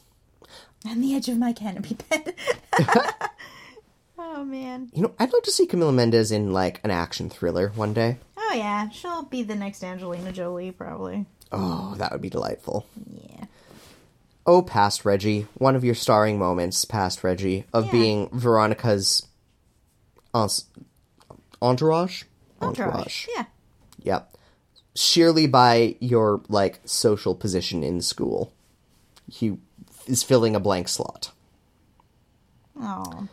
[SPEAKER 3] On the edge of my canopy bed. oh man.
[SPEAKER 2] You know, I'd love to see Camila Mendez in like an action thriller one day.
[SPEAKER 3] Oh yeah, she'll be the next Angelina Jolie probably.
[SPEAKER 2] Oh, that would be delightful.
[SPEAKER 3] Yeah.
[SPEAKER 2] Oh, past Reggie, one of your starring moments, past Reggie, of
[SPEAKER 3] Yeah.
[SPEAKER 2] being Veronica's ens- entourage?
[SPEAKER 3] Entourage. Yeah.
[SPEAKER 2] Yep. Sheerly by your, like, social position in school. He is filling a blank slot.
[SPEAKER 3] Oh.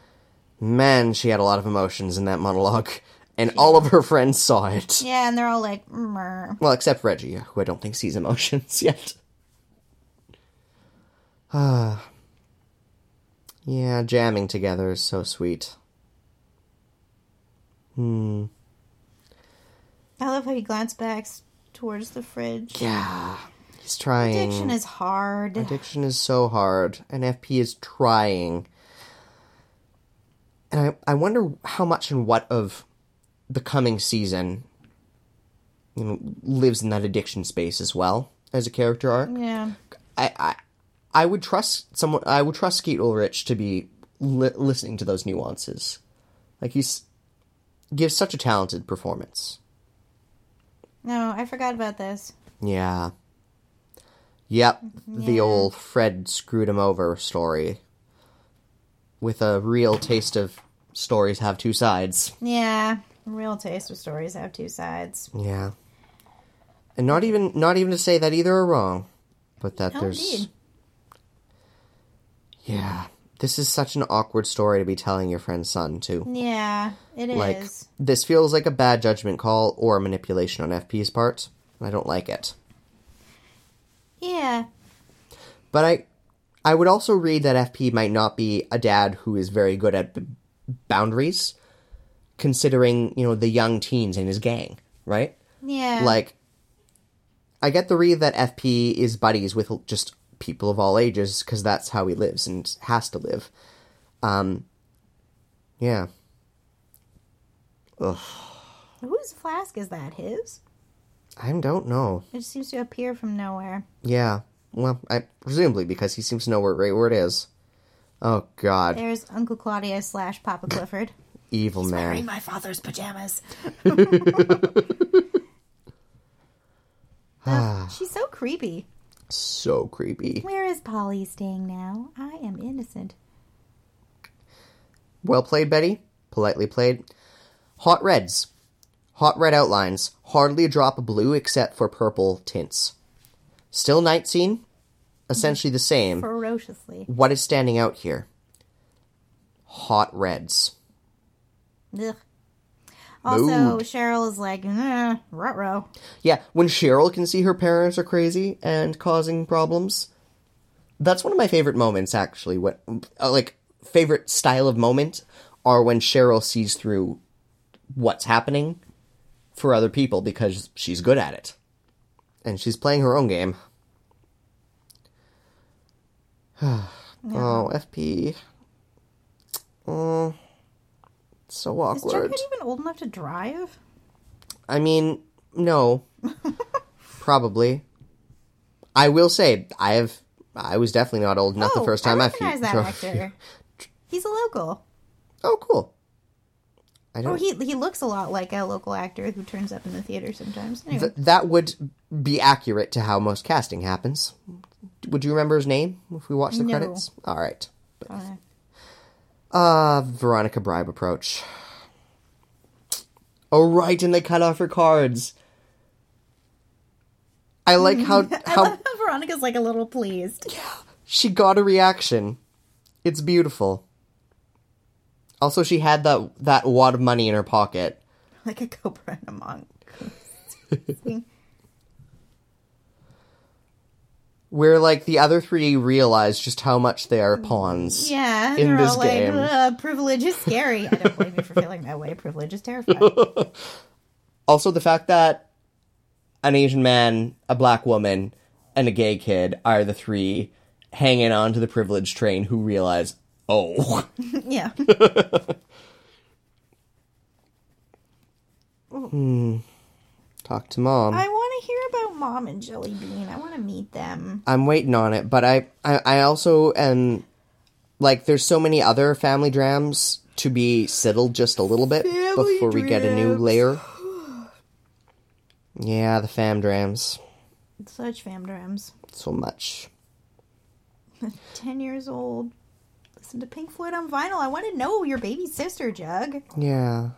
[SPEAKER 2] Man, she had a lot of emotions in that monologue, and all of her friends saw it.
[SPEAKER 3] Yeah, and they're all like, Mer.
[SPEAKER 2] Well, except Reggie, who I don't think sees emotions yet. Ah. yeah, jamming together is so sweet.
[SPEAKER 3] I love how he glanced back s- towards the fridge.
[SPEAKER 2] Yeah. He's trying.
[SPEAKER 3] Addiction is hard.
[SPEAKER 2] Addiction is so hard, and FP is trying. And I, I wonder how much and what of the coming season you know, lives in that addiction space as well as a character arc.
[SPEAKER 3] Yeah.
[SPEAKER 2] I, I I would trust someone. I would trust Skeet Ulrich to be li- listening to those nuances. Like he's gives such a talented performance.
[SPEAKER 3] No, I forgot about this.
[SPEAKER 2] Yeah. Yep, the old Fred screwed him over story. With a real taste of stories have two sides.
[SPEAKER 3] Yeah. Real taste of stories have two sides.
[SPEAKER 2] Yeah. And not even not even to say that either are wrong, but that
[SPEAKER 3] No,
[SPEAKER 2] there's
[SPEAKER 3] indeed.
[SPEAKER 2] Yeah. This is such an awkward story to be telling your friend's son too.
[SPEAKER 3] Yeah, it is.
[SPEAKER 2] Like this feels like a bad judgment call or a manipulation on FP's part. and I don't like it.
[SPEAKER 3] Yeah.
[SPEAKER 2] But I I would also read that FP might not be a dad who is very good at b- boundaries considering, you know, the young teens in his gang, right?
[SPEAKER 3] Yeah.
[SPEAKER 2] Like I get the read that FP is buddies with just people of all ages cuz that's how he lives and has to live. Um yeah.
[SPEAKER 3] whose flask is that? His?
[SPEAKER 2] I don't know.
[SPEAKER 3] It just seems to appear from nowhere.
[SPEAKER 2] Yeah. Well, I presumably because he seems to know where right where it is. Oh god.
[SPEAKER 3] There's Uncle Claudius slash Papa Clifford.
[SPEAKER 2] Evil man.
[SPEAKER 3] Wearing my father's pajamas.
[SPEAKER 2] Ah.
[SPEAKER 3] Uh, she's so creepy.
[SPEAKER 2] so creepy.
[SPEAKER 3] Where is Polly staying now? I am innocent.
[SPEAKER 2] Well played, Betty. Politely played. Hot reds. Hot red outlines. Hardly a drop of blue except for purple tints. Still night scene. Essentially the same.
[SPEAKER 3] Ferociously.
[SPEAKER 2] What is standing out here? Hot reds.
[SPEAKER 3] Ugh. Also, Cheryl is like, nah, ruh-roh.
[SPEAKER 2] Yeah, when Cheryl can see her parents are crazy and causing problems, that's one of my favorite moments. Actually, what uh, like favorite style of moment are when Cheryl sees through what's happening for other people because she's good at it, and she's playing her own game. Oh, FP. Oh, so
[SPEAKER 3] Is Jughead
[SPEAKER 2] awkward.
[SPEAKER 3] even old enough to drive?
[SPEAKER 2] I mean, no. Probably. I will say I have I was definitely not old enough the first time
[SPEAKER 3] Oh, I
[SPEAKER 2] I
[SPEAKER 3] recognize
[SPEAKER 2] fe-
[SPEAKER 3] that
[SPEAKER 2] drove-
[SPEAKER 3] actor. He's a local.
[SPEAKER 2] Oh cool. I
[SPEAKER 3] Or
[SPEAKER 2] don't
[SPEAKER 3] Oh, he he looks a lot like a local actor who turns up in the theater sometimes. Anyway,
[SPEAKER 2] th- that would be accurate to how most casting happens. Would you remember his name if we watch the
[SPEAKER 3] No.
[SPEAKER 2] credits? All right.
[SPEAKER 3] uh,
[SPEAKER 2] Uh Veronica bribe approach. Oh right, and they cut off her cards. I like how
[SPEAKER 3] I
[SPEAKER 2] how
[SPEAKER 3] love how Oh, Veronica's like a little pleased.
[SPEAKER 2] she got a reaction. It's beautiful. Also, she had that that wad of money in her pocket.
[SPEAKER 3] Like a cobra in a monk.
[SPEAKER 2] Where like the other three realize just how much they are pawns.
[SPEAKER 3] Yeah, and
[SPEAKER 2] In
[SPEAKER 3] they're
[SPEAKER 2] this
[SPEAKER 3] all like,
[SPEAKER 2] game.
[SPEAKER 3] "Ugh, privilege is scary. I don't blame you for feeling that way. Privilege is terrifying.
[SPEAKER 2] Also, the fact that an Asian man, a black woman, and a gay kid are the three hanging on to the privilege train who realize, oh,
[SPEAKER 3] yeah.
[SPEAKER 2] talk to mom.
[SPEAKER 3] I want to hear about Mom and Jelly Bean. I want to meet them.
[SPEAKER 2] I'm waiting on it, but I, I, I also am like there's so many other family drams to be settled just a little bit before we get a new
[SPEAKER 3] drams.
[SPEAKER 2] layer. Yeah, the fam drams.
[SPEAKER 3] Such famdrams.
[SPEAKER 2] So much.
[SPEAKER 3] 10 years old. Listen to Pink Floyd on vinyl. I want to know your baby sister, Jug.
[SPEAKER 2] Yeah.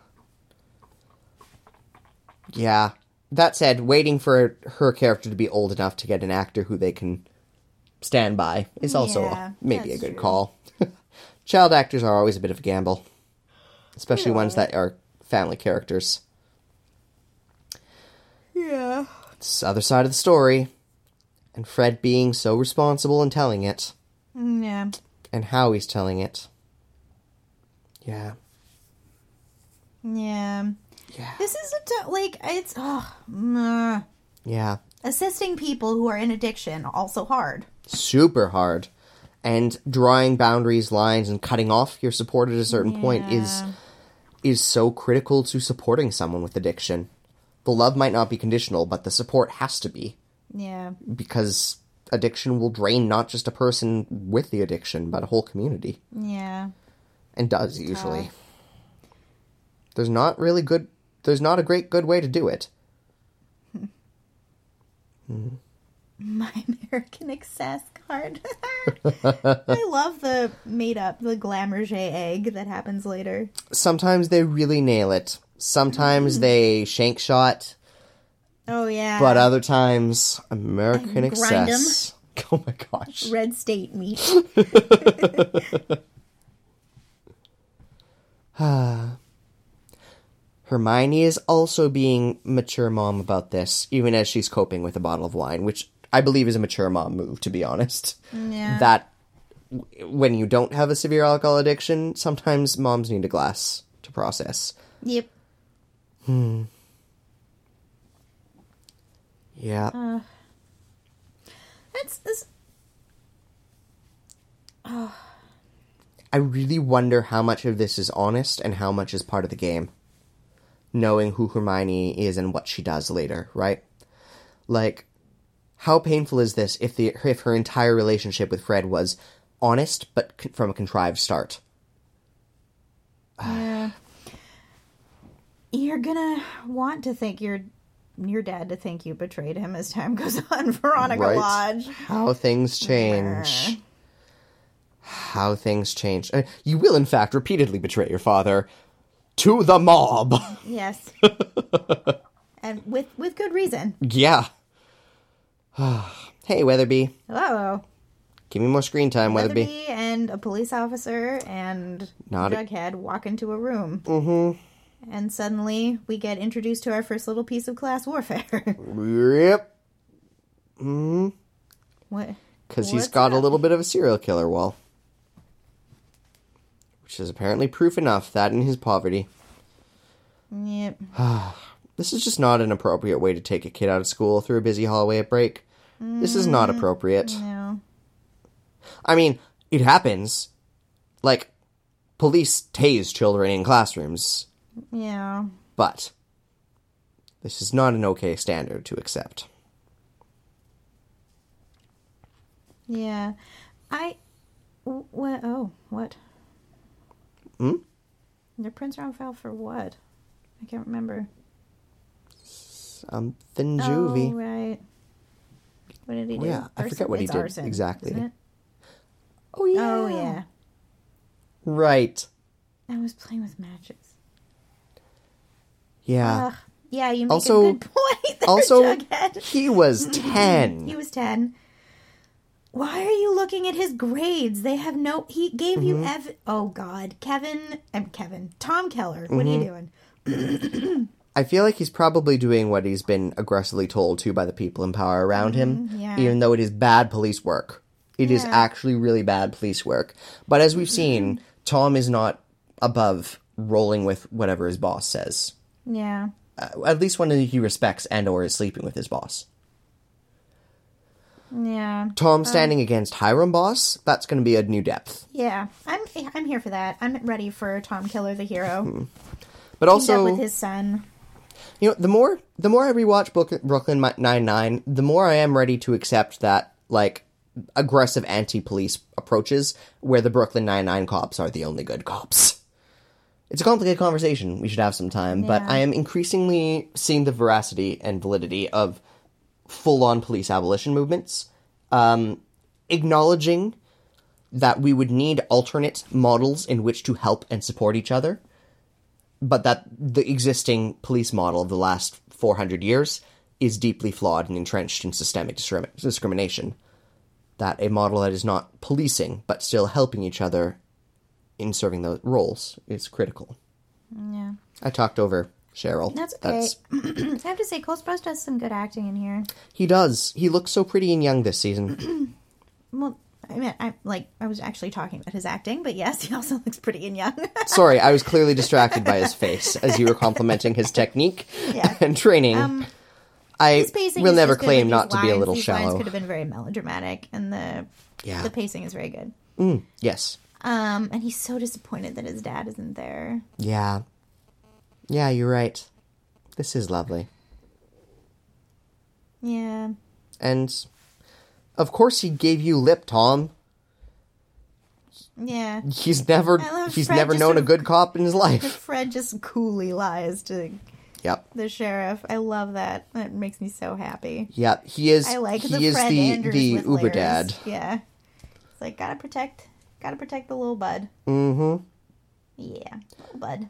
[SPEAKER 2] Yeah. That said, waiting for her character to be old enough to get an actor who they can stand by is also
[SPEAKER 3] Yeah,
[SPEAKER 2] maybe a
[SPEAKER 3] that's
[SPEAKER 2] good
[SPEAKER 3] true.
[SPEAKER 2] call. Child actors are always a bit of a gamble, especially ones that are family characters.
[SPEAKER 3] Yeah.
[SPEAKER 2] It's the other side of the story, and Fred being so responsible and telling it,
[SPEAKER 3] Yeah.
[SPEAKER 2] and how he's telling it. Yeah.
[SPEAKER 3] Yeah.
[SPEAKER 2] Yeah.
[SPEAKER 3] This is a t- like it's oh, mm.
[SPEAKER 2] Yeah.
[SPEAKER 3] assisting people who are in addiction also hard.
[SPEAKER 2] super hard. And drawing boundaries, lines, and cutting off your support at a certain point is
[SPEAKER 3] Yeah.
[SPEAKER 2] is so critical to supporting someone with addiction. The love might not be conditional, but the support has to be
[SPEAKER 3] Yeah.
[SPEAKER 2] because addiction will drain not just a person with the addiction, but a whole community,
[SPEAKER 3] Yeah.
[SPEAKER 2] and does usually. There's not really good. There's not a great good way to do it.
[SPEAKER 3] My American Excess card. I love the made up the Glamourge egg that happens later.
[SPEAKER 2] Sometimes they really nail it. Sometimes they shank shot.
[SPEAKER 3] Oh yeah.
[SPEAKER 2] But uh, other times, American
[SPEAKER 3] And grind 'em.
[SPEAKER 2] Excess. Oh my gosh.
[SPEAKER 3] red state meat.
[SPEAKER 2] Hermione is also being mature mom about this, even as she's coping with a bottle of wine, which I believe is a mature mom move, to be honest.
[SPEAKER 3] Yeah.
[SPEAKER 2] That w- when you don't have a severe alcohol addiction, sometimes moms need a glass to process.
[SPEAKER 3] yep.
[SPEAKER 2] Yeah.
[SPEAKER 3] That's this
[SPEAKER 2] I really wonder how much of this is honest and how much is part of the game. Knowing who Hermione is and what she does later, right? Like, how painful is this if the if her entire relationship with Fred was honest but con- from a contrived start?
[SPEAKER 3] yeah. You're gonna want to thank your your dad to think you betrayed him as time goes on, Veronica
[SPEAKER 2] Right.
[SPEAKER 3] Lodge.
[SPEAKER 2] How things change. How things change. Uh, You will, in fact, repeatedly betray your father to the mob.
[SPEAKER 3] Yes. and with with good reason.
[SPEAKER 2] yeah. hey, Weatherby.
[SPEAKER 3] Oh.
[SPEAKER 2] Give me more screen time, Weatherby.
[SPEAKER 3] Weatherby and a police officer and
[SPEAKER 2] Not a-
[SPEAKER 3] Jughead walk into a room. Mm-hmm. And suddenly we get introduced to our first little piece of class warfare.
[SPEAKER 2] Yep.
[SPEAKER 3] what?
[SPEAKER 2] Because he's
[SPEAKER 3] What's
[SPEAKER 2] got a
[SPEAKER 3] up?
[SPEAKER 2] little bit of a serial killer wall. Which is apparently proof enough that in his poverty.
[SPEAKER 3] Yep.
[SPEAKER 2] This is just not an appropriate way to take a kid out of school through a busy hallway at break. This is not
[SPEAKER 3] Mm.
[SPEAKER 2] appropriate.
[SPEAKER 3] No.
[SPEAKER 2] I mean, it happens. Like, police tase children in classrooms,
[SPEAKER 3] Yeah.
[SPEAKER 2] but this is not an okay standard to accept.
[SPEAKER 3] Yeah. I. wh- What? Oh, what? Hmm? Your prints are on file for what? I can't remember.
[SPEAKER 2] Something
[SPEAKER 3] Oh,
[SPEAKER 2] juvie.
[SPEAKER 3] right. What did he do?
[SPEAKER 2] Yeah, I forget what he
[SPEAKER 3] It's
[SPEAKER 2] did
[SPEAKER 3] arson,
[SPEAKER 2] exactly.
[SPEAKER 3] isn't it?
[SPEAKER 2] Oh, yeah.
[SPEAKER 3] Oh, yeah.
[SPEAKER 2] Right.
[SPEAKER 3] I was playing with matches.
[SPEAKER 2] Yeah.
[SPEAKER 3] Ugh. Yeah, you make
[SPEAKER 2] Uh, Also-
[SPEAKER 3] a good point. There,
[SPEAKER 2] also,
[SPEAKER 3] Jughead.
[SPEAKER 2] he was 10.
[SPEAKER 3] he was 10. Why are you looking at his grades? They have no. He gave
[SPEAKER 2] Mm-hmm.
[SPEAKER 3] you ev. Oh God, Kevin. I'm Kevin. Tom Keller. What
[SPEAKER 2] Mm-hmm.
[SPEAKER 3] are you doing?
[SPEAKER 2] I feel like he's probably doing what he's been aggressively told to by the people in power around him,
[SPEAKER 3] Mm, yeah.
[SPEAKER 2] even though it is bad police work. It is
[SPEAKER 3] Yeah. Mm-hmm.
[SPEAKER 2] actually really bad police work. But as we've seen, Tom is not above rolling with whatever his boss says.
[SPEAKER 3] Yeah.
[SPEAKER 2] Uh, at least one that he respects and or is sleeping with his boss.
[SPEAKER 3] Yeah.
[SPEAKER 2] Tom standing against Hiram boss, that's going to be a new depth.
[SPEAKER 3] Yeah. I'm. I'm here for that. I'm ready for Tom Keller, the
[SPEAKER 2] Mm-hmm.
[SPEAKER 3] hero.
[SPEAKER 2] But
[SPEAKER 3] He's up
[SPEAKER 2] also
[SPEAKER 3] with his son.
[SPEAKER 2] You know, the more the more I rewatch Brook- Brooklyn Nine Nine, the more I am ready to accept that like aggressive anti-police approaches, where the Brooklyn Nine Nine cops are the only good cops. It's a complicated conversation. We should have some time, but
[SPEAKER 3] Yeah.
[SPEAKER 2] I am increasingly seeing the veracity and validity of full-on police abolition movements, um, acknowledging that we would need alternate models in which to help and support each other but that the existing police model of the last 400 years is deeply flawed and entrenched in systemic discrimi- discrimination. That a model that is not policing but still helping each other in serving those roles is critical.
[SPEAKER 3] Yeah.
[SPEAKER 2] I talked over Cheryl.
[SPEAKER 3] That's okay. I have to say, Cole Sprouse does some good acting in here.
[SPEAKER 2] he does. He looks so pretty and young this season.
[SPEAKER 3] Well, I mean, I like. I was actually talking about his acting, but yes, he also looks pretty and young.
[SPEAKER 2] Sorry, I was clearly distracted by his face as you were complimenting his technique
[SPEAKER 3] Yeah. Um,
[SPEAKER 2] and training. I
[SPEAKER 3] His pacing
[SPEAKER 2] will
[SPEAKER 3] is
[SPEAKER 2] never
[SPEAKER 3] just good
[SPEAKER 2] claim
[SPEAKER 3] with
[SPEAKER 2] not
[SPEAKER 3] these
[SPEAKER 2] to be a
[SPEAKER 3] lines.
[SPEAKER 2] little
[SPEAKER 3] these
[SPEAKER 2] shallow.
[SPEAKER 3] Lines could have been very melodramatic, and the
[SPEAKER 2] Yeah.
[SPEAKER 3] the pacing is very good.
[SPEAKER 2] Yes.
[SPEAKER 3] Um, and he's so disappointed that his dad isn't there.
[SPEAKER 2] Yeah. Yeah, you're right. This is lovely.
[SPEAKER 3] Yeah,
[SPEAKER 2] And of course he gave you lip, Tom.
[SPEAKER 3] yeah.
[SPEAKER 2] He's never
[SPEAKER 3] I love
[SPEAKER 2] he's
[SPEAKER 3] Fred
[SPEAKER 2] never
[SPEAKER 3] just
[SPEAKER 2] known
[SPEAKER 3] sort
[SPEAKER 2] a
[SPEAKER 3] of-
[SPEAKER 2] good cop in his life.
[SPEAKER 3] Fred just coolly lies to
[SPEAKER 2] Yep.
[SPEAKER 3] the sheriff. I love that. That makes me so happy.
[SPEAKER 2] Yep. He is
[SPEAKER 3] I like
[SPEAKER 2] he
[SPEAKER 3] the
[SPEAKER 2] is
[SPEAKER 3] Fred
[SPEAKER 2] the
[SPEAKER 3] Anders
[SPEAKER 2] the
[SPEAKER 3] with
[SPEAKER 2] Uber
[SPEAKER 3] layers.
[SPEAKER 2] dad.
[SPEAKER 3] Yeah, it's like gotta protect, gotta protect the little bud. Mm-hmm. Yeah, little bud.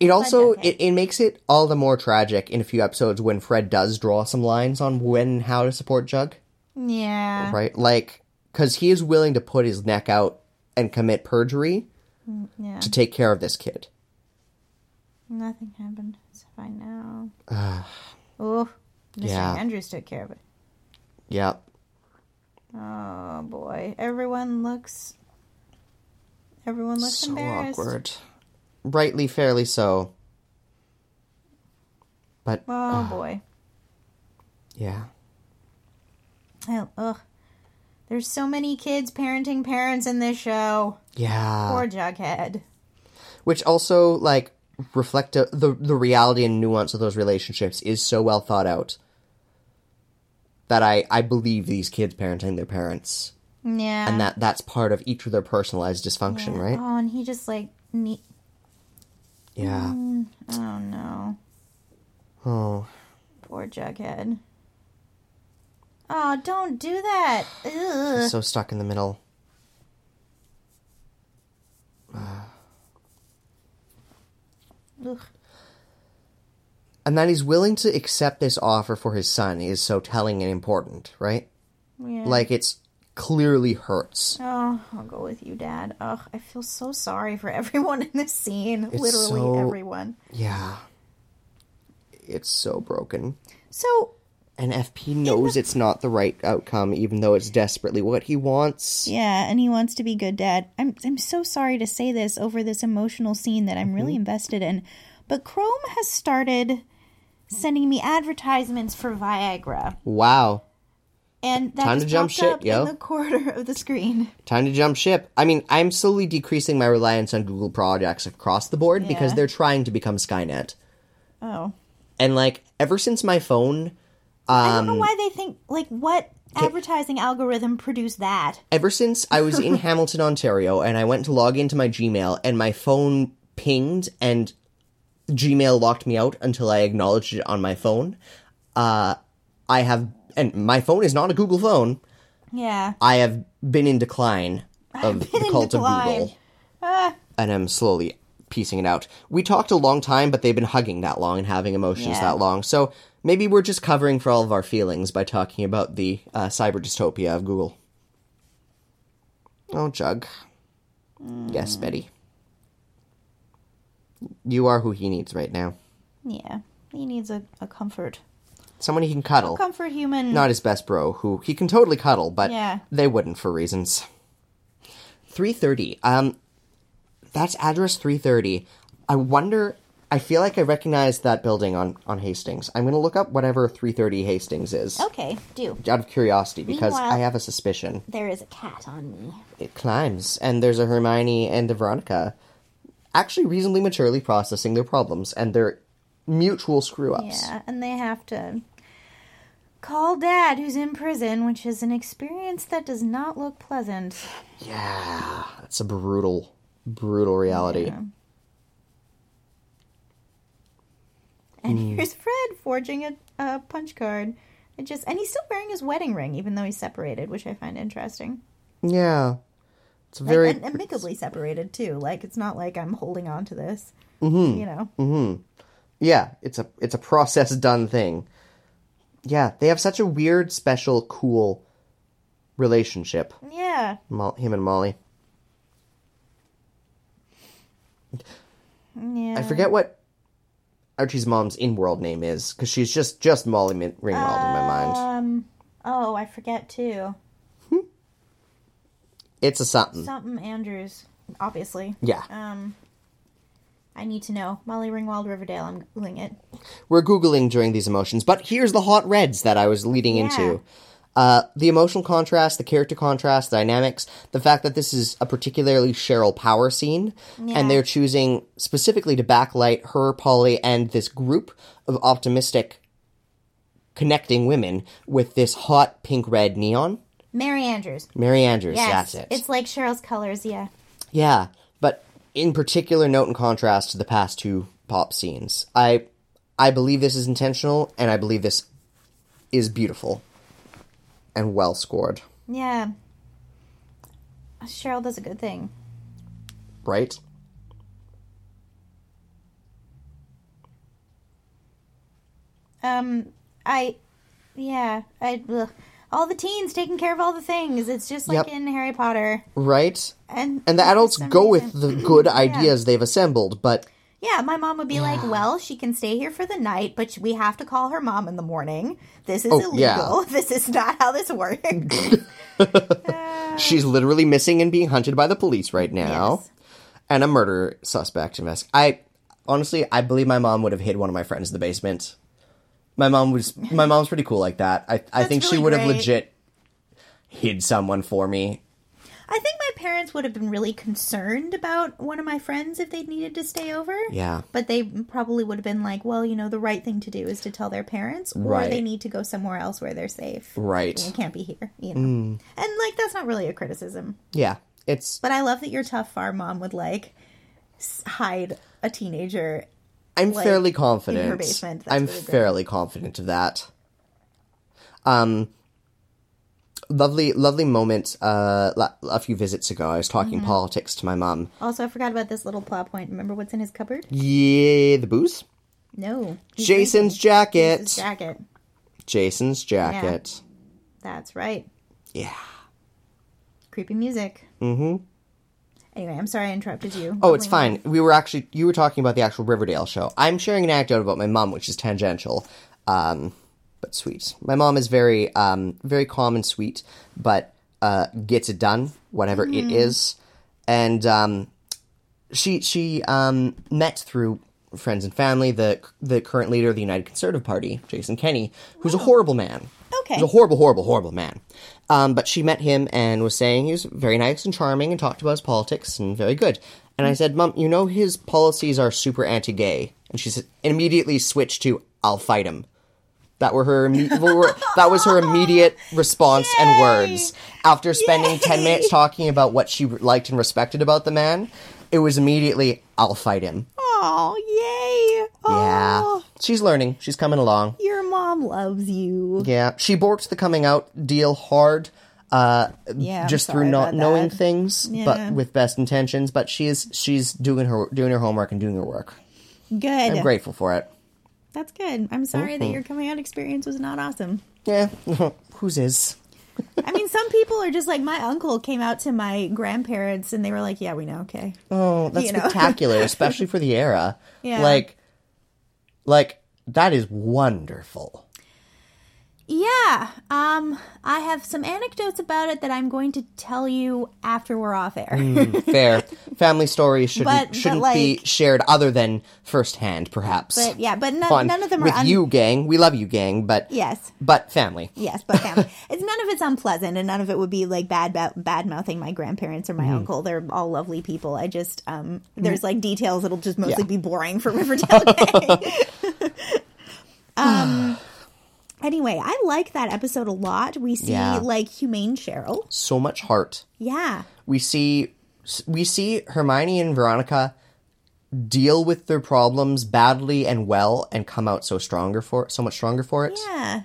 [SPEAKER 2] It also
[SPEAKER 3] okay.
[SPEAKER 2] it, it makes it all the more tragic in a few episodes when Fred does draw some lines on when and how to support Jug.
[SPEAKER 3] Yeah,
[SPEAKER 2] Right? Like cuz he is willing to put his neck out and commit perjury
[SPEAKER 3] yeah.
[SPEAKER 2] to take care of this kid.
[SPEAKER 3] Nothing happened. It's fine now. oh, Mr.
[SPEAKER 2] Ah. yeah.
[SPEAKER 3] Andrews took care of it.
[SPEAKER 2] Yep.
[SPEAKER 3] Oh boy, everyone looks. Everyone looks
[SPEAKER 2] so
[SPEAKER 3] embarrassed.
[SPEAKER 2] awkward. Rightly, fairly so. But
[SPEAKER 3] Oh boy,
[SPEAKER 2] yeah,
[SPEAKER 3] I, ugh. There's so many kids parenting parents in this show.
[SPEAKER 2] yeah.
[SPEAKER 3] Poor Jughead.
[SPEAKER 2] Which also like reflect uh, the the reality and nuance of those relationships is so well thought out that I I believe these kids parenting their parents
[SPEAKER 3] Yeah.
[SPEAKER 2] and that that's part of each of their personalized dysfunction, right?
[SPEAKER 3] Oh, and he just like ne-
[SPEAKER 2] Yeah.
[SPEAKER 3] Oh no.
[SPEAKER 2] Oh.
[SPEAKER 3] Poor Jughead. Oh, don't do that. Ugh.
[SPEAKER 2] So stuck in the middle.
[SPEAKER 3] Ugh.
[SPEAKER 2] And that he's willing to accept this offer for his son is so telling and important, right?
[SPEAKER 3] Yeah.
[SPEAKER 2] Like it's clearly hurts.
[SPEAKER 3] Oh, I'll go with you, Dad. Ugh, I feel so sorry for everyone in this scene. Literally
[SPEAKER 2] so-
[SPEAKER 3] everyone.
[SPEAKER 2] Yeah. It's so broken.
[SPEAKER 3] So
[SPEAKER 2] And FP knows it's not the right outcome, even though it's desperately what he wants.
[SPEAKER 3] yeah, and he wants to be good, Dad. I'm I'm so sorry to say this over this emotional scene that I'm really
[SPEAKER 2] Mm-hmm.
[SPEAKER 3] invested in, but Chrome has started sending me advertisements for Viagra,
[SPEAKER 2] Wow.
[SPEAKER 3] and that
[SPEAKER 2] Time
[SPEAKER 3] just
[SPEAKER 2] to jump
[SPEAKER 3] popped
[SPEAKER 2] shit,
[SPEAKER 3] up
[SPEAKER 2] yo.
[SPEAKER 3] in the corner of the screen.
[SPEAKER 2] Time to jump ship. I mean, I'm slowly decreasing my reliance on Google products across the board because
[SPEAKER 3] Yeah.
[SPEAKER 2] they're trying to become Skynet.
[SPEAKER 3] Oh,
[SPEAKER 2] And like ever since my phone,
[SPEAKER 3] I
[SPEAKER 2] Um,
[SPEAKER 3] don't know why they think like what advertising algorithm produced that.
[SPEAKER 2] ever since I was in Hamilton, Ontario, and I went to log into my Gmail and my phone pinged and Gmail locked me out until I acknowledged it on my phone. Uh I have and my phone is not a Google phone.
[SPEAKER 3] Yeah,
[SPEAKER 2] I have been in decline of the
[SPEAKER 3] in
[SPEAKER 2] cult
[SPEAKER 3] decline. Ah.
[SPEAKER 2] of Google. And I'm slowly piecing it out. We talked a long time, but they've been hugging that long and having emotions
[SPEAKER 3] Yeah.
[SPEAKER 2] that long. So maybe we're just covering for all of our feelings by talking about the uh, cyber dystopia of Google. Oh, Jug.
[SPEAKER 3] Mm.
[SPEAKER 2] Yes, Betty. You are who he needs right now.
[SPEAKER 3] yeah. He needs a, a comfort,
[SPEAKER 2] Someone he can cuddle.
[SPEAKER 3] comfort human.
[SPEAKER 2] not his best bro, who he can totally cuddle, but
[SPEAKER 3] Yeah.
[SPEAKER 2] they wouldn't for reasons. Three thirty. Um, that's address three thirty. I wonder. I feel like I recognize that building on on Hastings. I'm gonna look up whatever three thirty Hastings is
[SPEAKER 3] Okay, do.
[SPEAKER 2] out of curiosity because
[SPEAKER 3] Oh. Meanwhile-
[SPEAKER 2] I have a suspicion
[SPEAKER 3] There is a cat on me.
[SPEAKER 2] it climbs, and there's a Hermione and a Veronica, actually reasonably maturely processing their problems and their mutual screw ups.
[SPEAKER 3] Yeah, and they have to call dad who's in prison, which is an experience that does not look pleasant.
[SPEAKER 2] Yeah, that's a brutal, brutal reality.
[SPEAKER 3] And
[SPEAKER 2] Mm.
[SPEAKER 3] here's Fred forging a, a punch card. It just and he's still wearing his wedding ring even though he's separated, which I find interesting.
[SPEAKER 2] Yeah. It's a very
[SPEAKER 3] and amicably separated too. Like it's not like I'm holding on to this.
[SPEAKER 2] Mm-hmm.
[SPEAKER 3] You know.
[SPEAKER 2] yeah, it's a it's a process done thing. Yeah, they have such a weird, special, cool relationship.
[SPEAKER 3] Yeah.
[SPEAKER 2] Mo- him and Molly.
[SPEAKER 3] Yeah.
[SPEAKER 2] I forget what Archie's mom's in-world name is because she's just just Molly Min- Ringwald in my mind.
[SPEAKER 3] Um oh, I forget too.
[SPEAKER 2] It's a something.
[SPEAKER 3] Something Andrews, obviously.
[SPEAKER 2] yeah,
[SPEAKER 3] Um, I need to know. Molly Ringwald, Riverdale. I'm googling it.
[SPEAKER 2] we're googling during these emotions, but here's the hot reds that I was leading into. Uh, the emotional contrast, the character contrast, the dynamics, the fact that this is a particularly Cheryl power scene,
[SPEAKER 3] Yeah.
[SPEAKER 2] and they're choosing specifically to backlight her, Polly, and this group of optimistic, connecting women with this hot pink red neon.
[SPEAKER 3] Mary Andrews.
[SPEAKER 2] Mary Andrews,
[SPEAKER 3] Yes,
[SPEAKER 2] that's it.
[SPEAKER 3] It's like Cheryl's colors. Yeah.
[SPEAKER 2] Yeah, but in particular note and contrast to the past two pop scenes. I I believe this is intentional and I believe this is beautiful and well scored,
[SPEAKER 3] Yeah. Cheryl does a good thing.
[SPEAKER 2] right?
[SPEAKER 3] Um, I, yeah, I. Ugh. All the teens taking care of all the things. It's just like
[SPEAKER 2] Yep.
[SPEAKER 3] in Harry Potter.
[SPEAKER 2] Right?
[SPEAKER 3] And
[SPEAKER 2] And the
[SPEAKER 3] for
[SPEAKER 2] adults
[SPEAKER 3] some
[SPEAKER 2] go
[SPEAKER 3] reason-
[SPEAKER 2] with the good ideas they've assembled, but
[SPEAKER 3] Yeah, my mom would be like, "Well, she can stay here for the night, but we have to call her mom in the morning. This is illegal.
[SPEAKER 2] Oh, yeah.
[SPEAKER 3] This is not how this works."
[SPEAKER 2] she's literally missing and being hunted by the police right now.
[SPEAKER 3] Yes.
[SPEAKER 2] And a murder suspect invest. I honestly, I believe my mom would have hid one of my friends in the basement. My mom was my mom's pretty cool like that. I I think she
[SPEAKER 3] really
[SPEAKER 2] would have
[SPEAKER 3] great.
[SPEAKER 2] legit hid someone for me.
[SPEAKER 3] I think my parents would have been really concerned about one of my friends if they needed to stay over.
[SPEAKER 2] Yeah.
[SPEAKER 3] But they probably would have been like, well, you know, the right thing to do is to tell their parents, or
[SPEAKER 2] Right.
[SPEAKER 3] they need to go somewhere else where they're safe.
[SPEAKER 2] Right.
[SPEAKER 3] They can't be here, you know.
[SPEAKER 2] mm.
[SPEAKER 3] And like, that's not really a criticism.
[SPEAKER 2] Yeah. It's
[SPEAKER 3] But I love that your tough farm mom would like s- hide a teenager.
[SPEAKER 2] I'm
[SPEAKER 3] like,
[SPEAKER 2] fairly
[SPEAKER 3] in her
[SPEAKER 2] confident.
[SPEAKER 3] basement, that's
[SPEAKER 2] I'm
[SPEAKER 3] really great.
[SPEAKER 2] fairly confident of that. Um, lovely, lovely moment. Uh, la- a few visits ago, I was talking
[SPEAKER 3] Mm-hmm.
[SPEAKER 2] politics to my mom.
[SPEAKER 3] Also, I forgot about this little plot point. Remember what's in his cupboard?
[SPEAKER 2] Yeah, the booze.
[SPEAKER 3] No. He's
[SPEAKER 2] Mm-hmm. Jason's
[SPEAKER 3] wearing
[SPEAKER 2] jacket.
[SPEAKER 3] His jacket.
[SPEAKER 2] Jason's jacket.
[SPEAKER 3] That's right.
[SPEAKER 2] Yeah.
[SPEAKER 3] Creepy music. Mm-hmm. Anyway, I'm sorry I interrupted you.
[SPEAKER 2] Oh, it's fine. We were actually you were talking about the actual Riverdale show. I'm sharing an anecdote about my mom, which is tangential, um, but sweet. My mom is very um, very calm and sweet, but uh, gets it done, whatever it is. And um, she she um, met through friends and family the the current leader of the United Conservative Party, Jason Kenney, who's a horrible man.
[SPEAKER 3] Okay.
[SPEAKER 2] He's a horrible, horrible, horrible man. Um, but she met him and was saying he was very nice and charming and talked about his politics and very good. And I said, Mom, you know his policies are super anti gay. And she said, immediately switched to, I'll fight him. That were her. imme- were- that was her immediate response and words. After spending ten minutes talking about what she liked and respected about the man, it was immediately, "I'll fight him."
[SPEAKER 3] Oh, yay!
[SPEAKER 2] Yeah,
[SPEAKER 3] Oh,
[SPEAKER 2] she's learning. She's coming along.
[SPEAKER 3] Your mom loves you.
[SPEAKER 2] Yeah, she borked the coming out deal hard, uh,
[SPEAKER 3] Yeah. I'm
[SPEAKER 2] just
[SPEAKER 3] sorry
[SPEAKER 2] through not
[SPEAKER 3] about
[SPEAKER 2] knowing
[SPEAKER 3] that.
[SPEAKER 2] things,
[SPEAKER 3] Yeah.
[SPEAKER 2] but with best intentions. But she is she's doing her doing her homework and doing her work.
[SPEAKER 3] Good.
[SPEAKER 2] I'm Mm-hmm. grateful for it.
[SPEAKER 3] That's good. I'm sorry that your coming out experience was not awesome.
[SPEAKER 2] Yeah, whose is?
[SPEAKER 3] I mean, some people are just like my uncle came out to my grandparents and they were like, "Yeah, we know, okay."
[SPEAKER 2] Oh, that's
[SPEAKER 3] You know.
[SPEAKER 2] spectacular, especially for the era.
[SPEAKER 3] Yeah.
[SPEAKER 2] Like, like that is wonderful.
[SPEAKER 3] Yeah. Um, I have some anecdotes about it that I'm going to tell you after we're off air.
[SPEAKER 2] Mm. Fair. Family stories shouldn't
[SPEAKER 3] But- but,
[SPEAKER 2] shouldn't be
[SPEAKER 3] like-
[SPEAKER 2] shared other than firsthand, perhaps.
[SPEAKER 3] But yeah, but no,
[SPEAKER 2] On-
[SPEAKER 3] none of them are
[SPEAKER 2] with
[SPEAKER 3] un-
[SPEAKER 2] you, gang. We love you, gang. But
[SPEAKER 3] Yes.
[SPEAKER 2] but family.
[SPEAKER 3] Yes, but family. it's none of it's unpleasant, and none of it would be like bad ba- bad mouthing my grandparents or my
[SPEAKER 2] Mm-hmm.
[SPEAKER 3] uncle. They're all lovely people. I just um, there's like details that'll just mostly
[SPEAKER 2] Yeah.
[SPEAKER 3] be boring for Riverdale. Gang. um. Anyway, I like that episode a lot. We see
[SPEAKER 2] Yeah.
[SPEAKER 3] like humane Cheryl.
[SPEAKER 2] So much heart.
[SPEAKER 3] Yeah.
[SPEAKER 2] we see we see Hermione and Veronica deal with their problems badly and well and come out so stronger for so much stronger for it.
[SPEAKER 3] Yeah.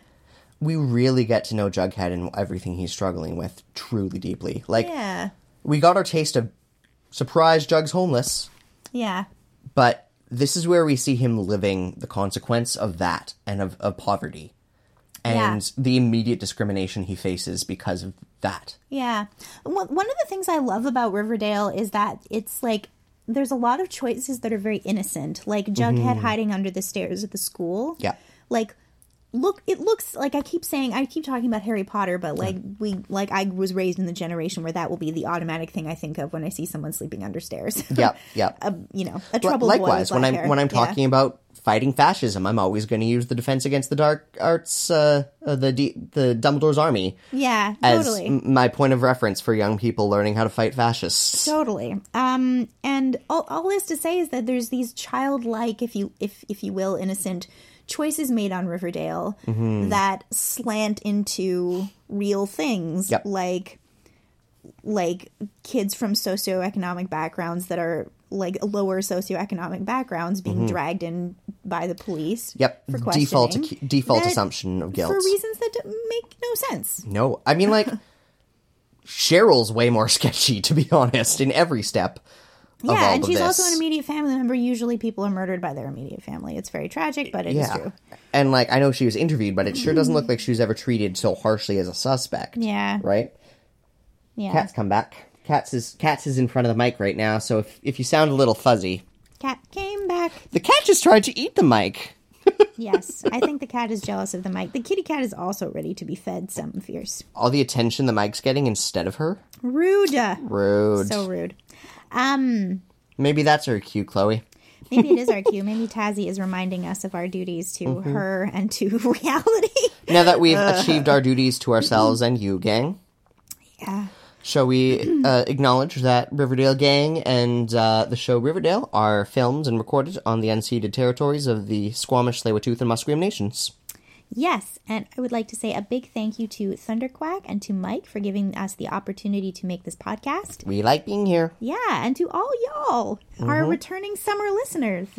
[SPEAKER 2] We really get to know Jughead and everything he's struggling with truly deeply. Like
[SPEAKER 3] Yeah.
[SPEAKER 2] we got our taste of surprise Jug's homeless,
[SPEAKER 3] Yeah.
[SPEAKER 2] but this is where we see him living the consequence of that and of, of poverty and the immediate discrimination he faces because of that.
[SPEAKER 3] Yeah. One one of the things I love about Riverdale is that it's like there's a lot of choices that are very innocent, like Jughead hiding under the stairs of the school.
[SPEAKER 2] Mm-hmm. Yeah.
[SPEAKER 3] Like look it looks like I keep saying I keep talking about Harry Potter, but like we like I was raised in the generation where that will be the automatic thing I think of when I see someone sleeping under stairs.
[SPEAKER 2] Yep, yep.
[SPEAKER 3] a, you know, a
[SPEAKER 2] Li-
[SPEAKER 3] troubled boy with
[SPEAKER 2] likewise when
[SPEAKER 3] black
[SPEAKER 2] i'm
[SPEAKER 3] hair.
[SPEAKER 2] when i'm
[SPEAKER 3] Yeah.
[SPEAKER 2] talking about fighting fascism i'm always going to use the defense against the dark arts uh, uh the D- the dumbledore's army
[SPEAKER 3] Yeah,
[SPEAKER 2] as
[SPEAKER 3] totally.
[SPEAKER 2] m- my point of reference for young people learning how to fight fascists
[SPEAKER 3] Totally. Um, and all, all this to say is that there's these childlike, if you if if you will, innocent choices made on Riverdale
[SPEAKER 2] Mm-hmm.
[SPEAKER 3] that slant into real things
[SPEAKER 2] Yep.
[SPEAKER 3] like like kids from socioeconomic backgrounds that are like lower socioeconomic backgrounds being dragged in by the police.
[SPEAKER 2] Mm-hmm. yep
[SPEAKER 3] For
[SPEAKER 2] default
[SPEAKER 3] questioning
[SPEAKER 2] ac- default
[SPEAKER 3] that-
[SPEAKER 2] assumption of
[SPEAKER 3] For
[SPEAKER 2] guilt
[SPEAKER 3] reasons that don't make no sense.
[SPEAKER 2] no i mean like cheryl's way more sketchy to be honest in every step of all
[SPEAKER 3] Yeah, and
[SPEAKER 2] of
[SPEAKER 3] she's
[SPEAKER 2] this.
[SPEAKER 3] also an immediate family member. Usually people are murdered by their immediate family. It's very tragic, but it is
[SPEAKER 2] yeah
[SPEAKER 3] true.
[SPEAKER 2] and like i know she was interviewed but it sure doesn't look like she was ever treated so harshly as a suspect
[SPEAKER 3] Yeah.
[SPEAKER 2] right
[SPEAKER 3] Yeah.
[SPEAKER 2] Cats come back. Cats is Cats is in front of the mic right now, so if if you sound a little fuzzy,
[SPEAKER 3] Cat came back.
[SPEAKER 2] the cat just tried to eat the mic.
[SPEAKER 3] Yes. I think the cat is jealous of the mic. The kitty cat is also ready to be fed something fierce.
[SPEAKER 2] All the attention the mic's getting instead of her.
[SPEAKER 3] Rude.
[SPEAKER 2] Rude.
[SPEAKER 3] So rude.
[SPEAKER 2] Maybe that's her cue, Chloe.
[SPEAKER 3] Maybe it is our cue. Maybe Tazzy is reminding us of our duties to
[SPEAKER 2] Mm-hmm.
[SPEAKER 3] her and to reality.
[SPEAKER 2] Now that we've
[SPEAKER 3] Uh.
[SPEAKER 2] achieved our duties to ourselves and you, gang,
[SPEAKER 3] Yeah.
[SPEAKER 2] shall we uh, acknowledge that Riverdale Gang and uh, the show Riverdale are filmed and recorded on the unceded territories of the Squamish, tsleil and Musqueam nations?
[SPEAKER 3] Yes, and I would like to say a big thank you to Thunderquack and to Mike for giving us the opportunity to make this podcast.
[SPEAKER 2] We like being here.
[SPEAKER 3] Yeah, and to all y'all.
[SPEAKER 2] Mm-hmm.
[SPEAKER 3] our returning summer listeners.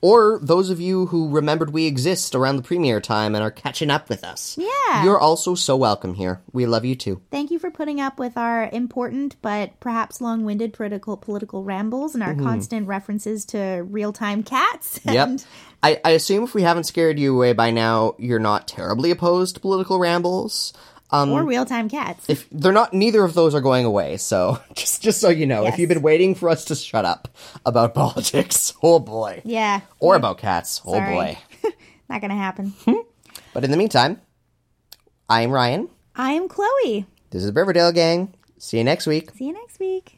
[SPEAKER 2] Or those of you who remembered we exist around the premiere time and are catching up with us.
[SPEAKER 3] Yeah.
[SPEAKER 2] You're also so welcome here. We love you too.
[SPEAKER 3] Thank you for putting up with our important but perhaps long-winded political political rambles and our constant references to real-time cats.
[SPEAKER 2] Yep.
[SPEAKER 3] And
[SPEAKER 2] I, I assume if we haven't scared you away by now, you're not terribly opposed to political rambles.
[SPEAKER 3] or real-time cats.
[SPEAKER 2] If they're not, neither of those are going away. So just just so you know, if
[SPEAKER 3] Yes.
[SPEAKER 2] you've been waiting for us to shut up about politics, oh boy,
[SPEAKER 3] yeah.
[SPEAKER 2] or about cats, oh
[SPEAKER 3] Sorry.
[SPEAKER 2] boy.
[SPEAKER 3] Not going to happen.
[SPEAKER 2] But in the meantime, I am Ryan.
[SPEAKER 3] I am Chloe.
[SPEAKER 2] This is the Riverdale Gang. See you next week.
[SPEAKER 3] See you next week.